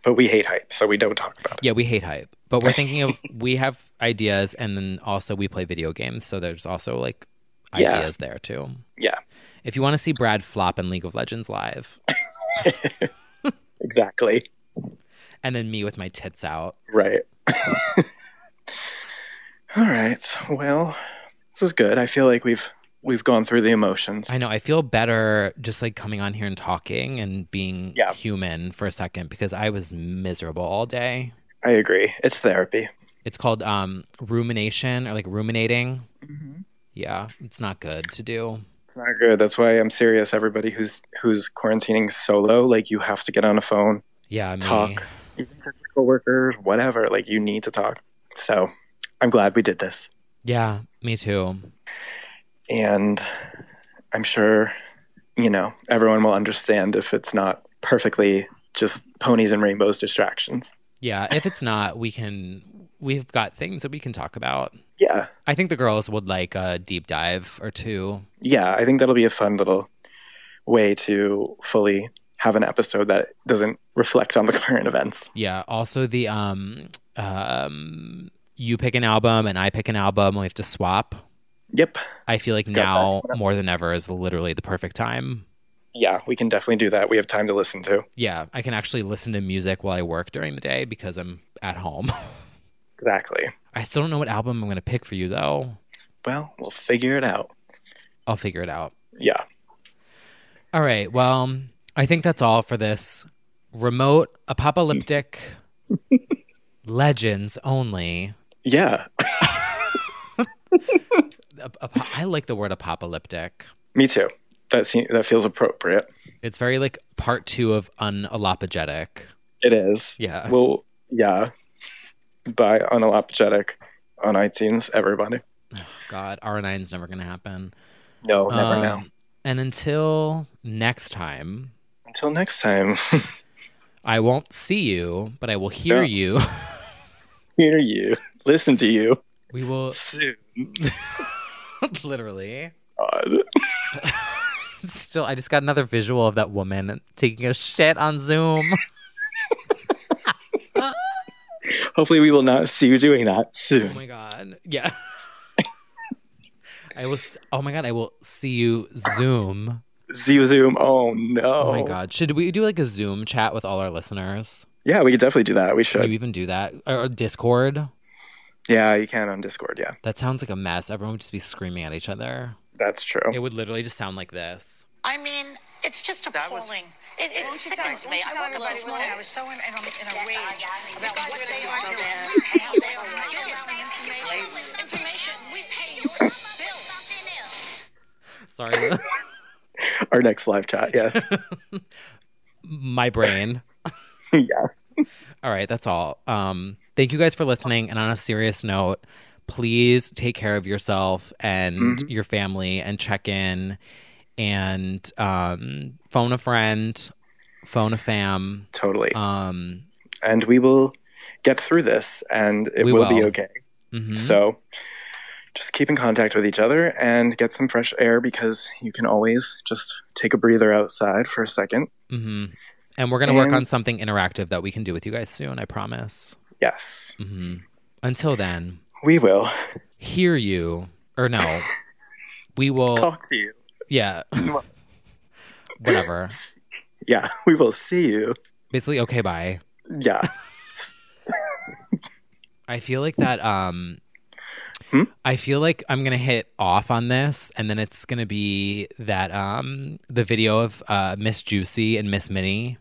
But we hate hype, so we don't talk about it.
Yeah, we hate hype. But we're thinking of we have ideas and then also we play video games, so there's also like
Yeah.
ideas there too.
Yeah.
If you want to see Brad flop in League of Legends live
Exactly.
and then me with my tits out.
Right. All right. Well, this is good. I feel like we've we've gone through the emotions.
I know. I feel better just like coming on here and talking and being
Yeah.
human for a second because I was miserable all day.
I agree. It's therapy.
It's called um, rumination or like ruminating.
Mm-hmm.
Yeah, it's not good to do.
It's not good. That's why I'm serious. Everybody who's who's quarantining solo, like you have to get on a phone,
Yeah, me.
Talk. even if it's coworkers, whatever. Like you need to talk. So I'm glad we did this,
Yeah, me too.
and I'm sure you know everyone will understand if it's not perfectly just ponies and rainbows distractions.
Yeah, if it's not, we can. We've got things that we can talk about.
Yeah,
I think the girls would like a deep dive or two.
yeah, I think that'll be a fun little way to fully have an episode that doesn't reflect on the current events.
Yeah. Also, the um, um, you pick an album and I pick an album. We have to swap.
Yep.
I feel like
back
now more than ever is literally the perfect time.
Yeah, we can definitely do that. We have time to listen to.
Yeah, I can actually listen to music while I work during the day because I'm at home.
Exactly.
I still don't know what album I'm going to pick for you though.
Well, we'll figure it out.
I'll figure it out.
Yeah.
All right. Well, I think that's all for this remote apocalyptic legends only.
Yeah.
Ap- ap- I like the word apocalyptic.
Me too. That seems, that feels appropriate.
It's very like part 2 of unapologetic.
It is.
Yeah.
Well, yeah. By unapologetic on iTunes, everybody.
God, R9's never going to happen.
No, never
Um,
know.
And until next time,
Until next time.
I won't see you, but I will hear
Yeah.
you.
hear you. Listen to you.
We will
Soon.
literally.
God.
Still, I just got another visual of that woman taking a shit on Zoom.
Hopefully, we will not see you doing that
oh
soon.
my god. Yeah. I will. s- Oh my god. I will see you Zoom.
Zoom, Zoom. Oh no.
Oh my god. Should we do like a Zoom chat with all our listeners?
Yeah, we could definitely do that. We
Should
should.
we even do that or or Discord?
Yeah, you can on Discord. Yeah,
That sounds like a mess. Everyone would just be screaming at each other.
that's true.
It would literally just sound like this.
I mean, it's just appalling. it it sickens me. I woke up this morning. I was so in, in, a, in a rage about what they are doing. How they are allowing information. Information. We pay your bill.
Sorry.
Our next live chat. Yes.
my brain.
yeah.
All right, that's all. Um, thank you guys for listening. And on a serious note, please take care of yourself and
Mm-hmm.
your family and check in and um, phone a friend, phone a fam.
Totally.
Um,
and we will get through this, and it
We
will, be
will.
okay.
mhm.
So, just keep in contact with each other and get some fresh air because you can always just take a breather outside for a second.
Mhm. And we're going to work
And-
on something interactive that we can do with you guys soon, I promise.
Yes,
hmm Mm-hmm. Until then,
we will.
hear you, or no, we will
talk to you.
Yeah. Whatever.
Yeah, we will see you.
Basically, okay, bye.
Yeah.
I feel like that. Um, I feel like I'm gonna hit off on this, and then it's gonna be that um, the video of uh, Miss Juicy and Miss Minnie,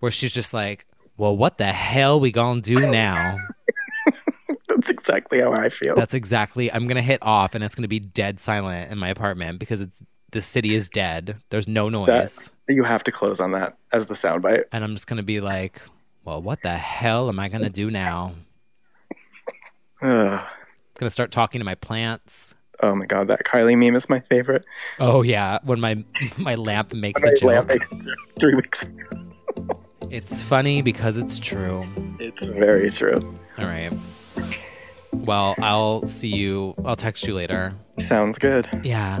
where she's just like, "Well, what the hell we gonna do now?"
That's exactly how I feel.
That's exactly. I'm gonna hit off, and it's gonna be dead silent in my apartment because it's the city is dead. There's no noise,
That, you have to close on that as the soundbite.
and I'm just gonna be like, "Well, what the hell am I gonna do now?"
Ugh.
Gonna start talking to my plants.
Oh my god, that Kylie meme is my favorite.
Oh yeah, when my my lamp makes
My
a joke.
lamp makes a joke Three weeks.
It's funny because it's true.
It's very true.
All right. Well, I'll see you. I'll text you later.
Sounds good.
Yeah.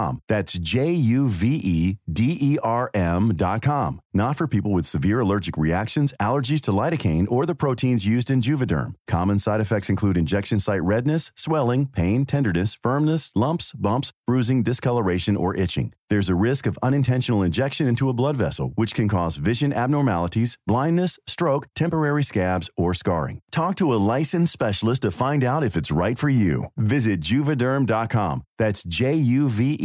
That's J U V E D E R M.com. Not for people with severe allergic reactions, allergies to lidocaine, or the proteins used in Juvederm. Common side effects include injection site redness, swelling, pain, tenderness, firmness, lumps, bumps, bruising, discoloration, or itching. There's a risk of unintentional injection into a blood vessel, which can cause vision abnormalities, blindness, stroke, temporary scabs, or scarring. Talk to a licensed specialist to find out if it's right for you. Visit juvederm.com. That's J U V